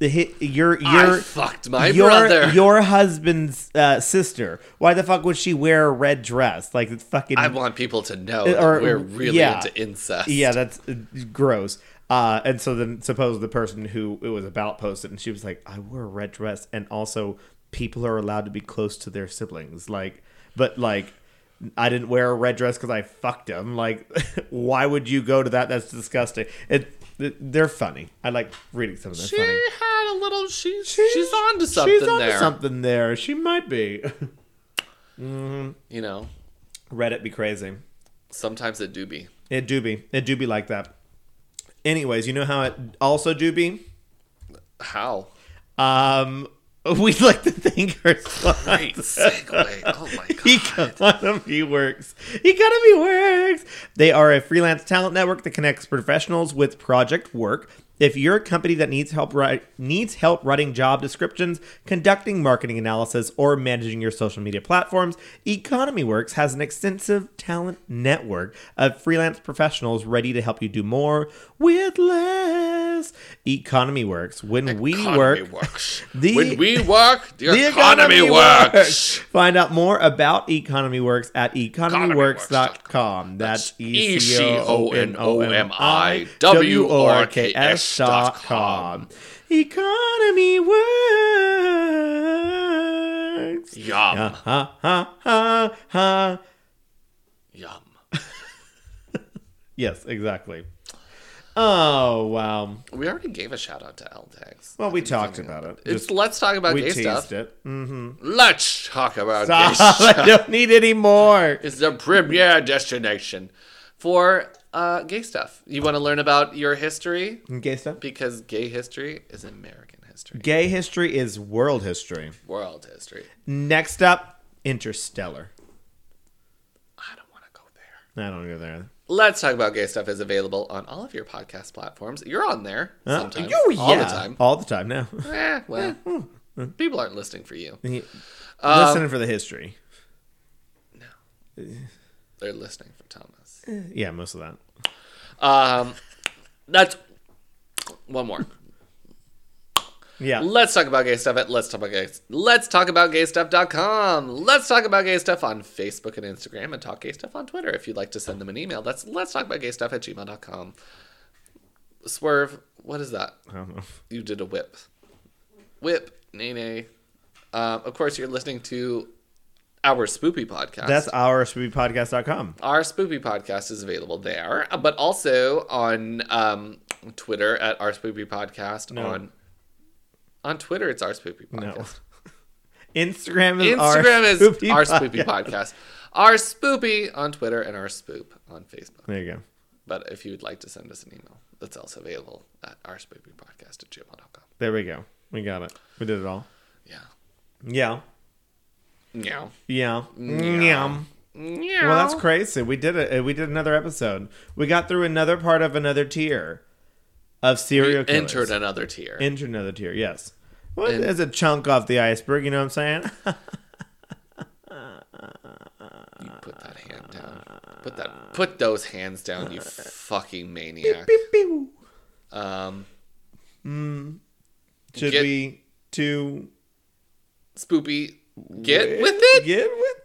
Speaker 1: The hit, your
Speaker 2: I
Speaker 1: your
Speaker 2: fucked my
Speaker 1: your
Speaker 2: brother.
Speaker 1: your husband's uh, sister. Why the fuck would she wear a red dress? Like it's fucking
Speaker 2: I want people to know that
Speaker 1: or-
Speaker 2: we're really
Speaker 1: yeah.
Speaker 2: into incest.
Speaker 1: Yeah, that's uh, gross. Uh, and so then, suppose the person who it was about posted, and she was like, "I wore a red dress," and also people are allowed to be close to their siblings. Like, but like, I didn't wear a red dress because I fucked him. Like, why would you go to that? That's disgusting. It, th- they're funny. I like reading some of them.
Speaker 2: She
Speaker 1: funny.
Speaker 2: had a little. She's she's on to something
Speaker 1: She's onto
Speaker 2: there.
Speaker 1: something there. She might be.
Speaker 2: You know,
Speaker 1: Reddit be crazy.
Speaker 2: sometimes it do be.
Speaker 1: It do be. It do be like that. Anyways, you know how it also do be.
Speaker 2: How?
Speaker 1: Um, we'd like to thank her son.
Speaker 2: Great segue. Oh my god.
Speaker 1: Economy Works. Economy Works. They are a freelance talent network that connects professionals with project work. If you're a company that needs help write, needs help writing job descriptions, conducting marketing analysis, or managing your social media platforms, Economy Works has an extensive talent network of freelance professionals ready to help you do more with less. Economy Works. When we
Speaker 2: Economy
Speaker 1: work,
Speaker 2: works.
Speaker 1: The-
Speaker 2: when we work, the,
Speaker 1: the
Speaker 2: economy, works.
Speaker 1: Find out more about Economy Works at economyworks.com.
Speaker 2: economyworks.com.
Speaker 1: That's E
Speaker 2: E
Speaker 1: C
Speaker 2: C
Speaker 1: O
Speaker 2: O
Speaker 1: N
Speaker 2: N
Speaker 1: O
Speaker 2: O
Speaker 1: M
Speaker 2: M
Speaker 1: I
Speaker 2: I
Speaker 1: W
Speaker 2: W
Speaker 1: O
Speaker 2: O
Speaker 1: R
Speaker 2: R
Speaker 1: K
Speaker 2: K
Speaker 1: S
Speaker 2: S
Speaker 1: dot
Speaker 2: dot
Speaker 1: com.
Speaker 2: com.
Speaker 1: Economy Works.
Speaker 2: Yum.
Speaker 1: Ha ha ha ha.
Speaker 2: Yum.
Speaker 1: Yes, exactly. Oh wow.
Speaker 2: We already gave a shout out to LTAX.
Speaker 1: Well, we talked about it.
Speaker 2: It's
Speaker 1: Just-
Speaker 2: let's talk about
Speaker 1: we
Speaker 2: gay
Speaker 1: teased
Speaker 2: stuff.
Speaker 1: it.
Speaker 2: Let's talk about gay
Speaker 1: Stop.
Speaker 2: stuff.
Speaker 1: I don't need any more.
Speaker 2: It's the premier destination for uh, gay stuff. You want to learn about your history
Speaker 1: Gay stuff.
Speaker 2: because gay history is American history,
Speaker 1: Gay history is world history.
Speaker 2: world history.
Speaker 1: Next up, Interstellar.
Speaker 2: I don't want to go
Speaker 1: I don't go there.
Speaker 2: Let's Talk About Gay Stuff is available on all of your podcast platforms. You're on there
Speaker 1: Huh?
Speaker 2: sometimes.
Speaker 1: Oh,
Speaker 2: All the
Speaker 1: yeah. Hmm,
Speaker 2: time.
Speaker 1: All the time now.
Speaker 2: Eh, well, people aren't listening for you. Um,
Speaker 1: Listening for the history.
Speaker 2: They're listening for Thomas.
Speaker 1: Yeah, most of that.
Speaker 2: Um, that's one more.
Speaker 1: Yeah.
Speaker 2: Let's talk about gay stuff at let's talk about gay let's talk about gay stuff.com. Let's talk about gay stuff on Facebook and Instagram and talk gay stuff on Twitter. If you'd like to send them an email, that's let's talk about gay stuff at gmail.com. Swerve, what is that?
Speaker 1: I don't know.
Speaker 2: You did a whip. Whip, nay nay. Um, of course you're listening to our spoopy podcast.
Speaker 1: That's our spoopypodcast.com.
Speaker 2: Our Spoopy podcast is available there, uh, but also on um, Twitter at Our Spoopy Podcast. On on Twitter, it's Our Spoopy Podcast.
Speaker 1: Instagram is our
Speaker 2: Instagram is
Speaker 1: spoopy
Speaker 2: Our
Speaker 1: podcast.
Speaker 2: Spoopy Podcast. Our Spoopy on Twitter and Our Spoop on Facebook.
Speaker 1: There you go.
Speaker 2: But if you would like to send us an email, that's also available at Our Spoopy Podcast at gmail.com.
Speaker 1: There we go. We got it. We did it all.
Speaker 2: Yeah.
Speaker 1: Yeah.
Speaker 2: Yeah.
Speaker 1: Yeah.
Speaker 2: Yeah.
Speaker 1: Yeah.
Speaker 2: Yeah.
Speaker 1: Well, that's crazy. We did it. We did another episode. We got through another part of another tier of serial
Speaker 2: We
Speaker 1: killers.
Speaker 2: entered another tier.
Speaker 1: Entered another tier. Yes. Well,
Speaker 2: And-
Speaker 1: there's a chunk off the iceberg. You know what I'm saying?
Speaker 2: you put that hand down. Put that. Put those hands down, you fucking maniac.
Speaker 1: Pew.
Speaker 2: Um,
Speaker 1: Should
Speaker 2: Get-
Speaker 1: Hmm. we to
Speaker 2: spoopy. Get with it.
Speaker 1: Get with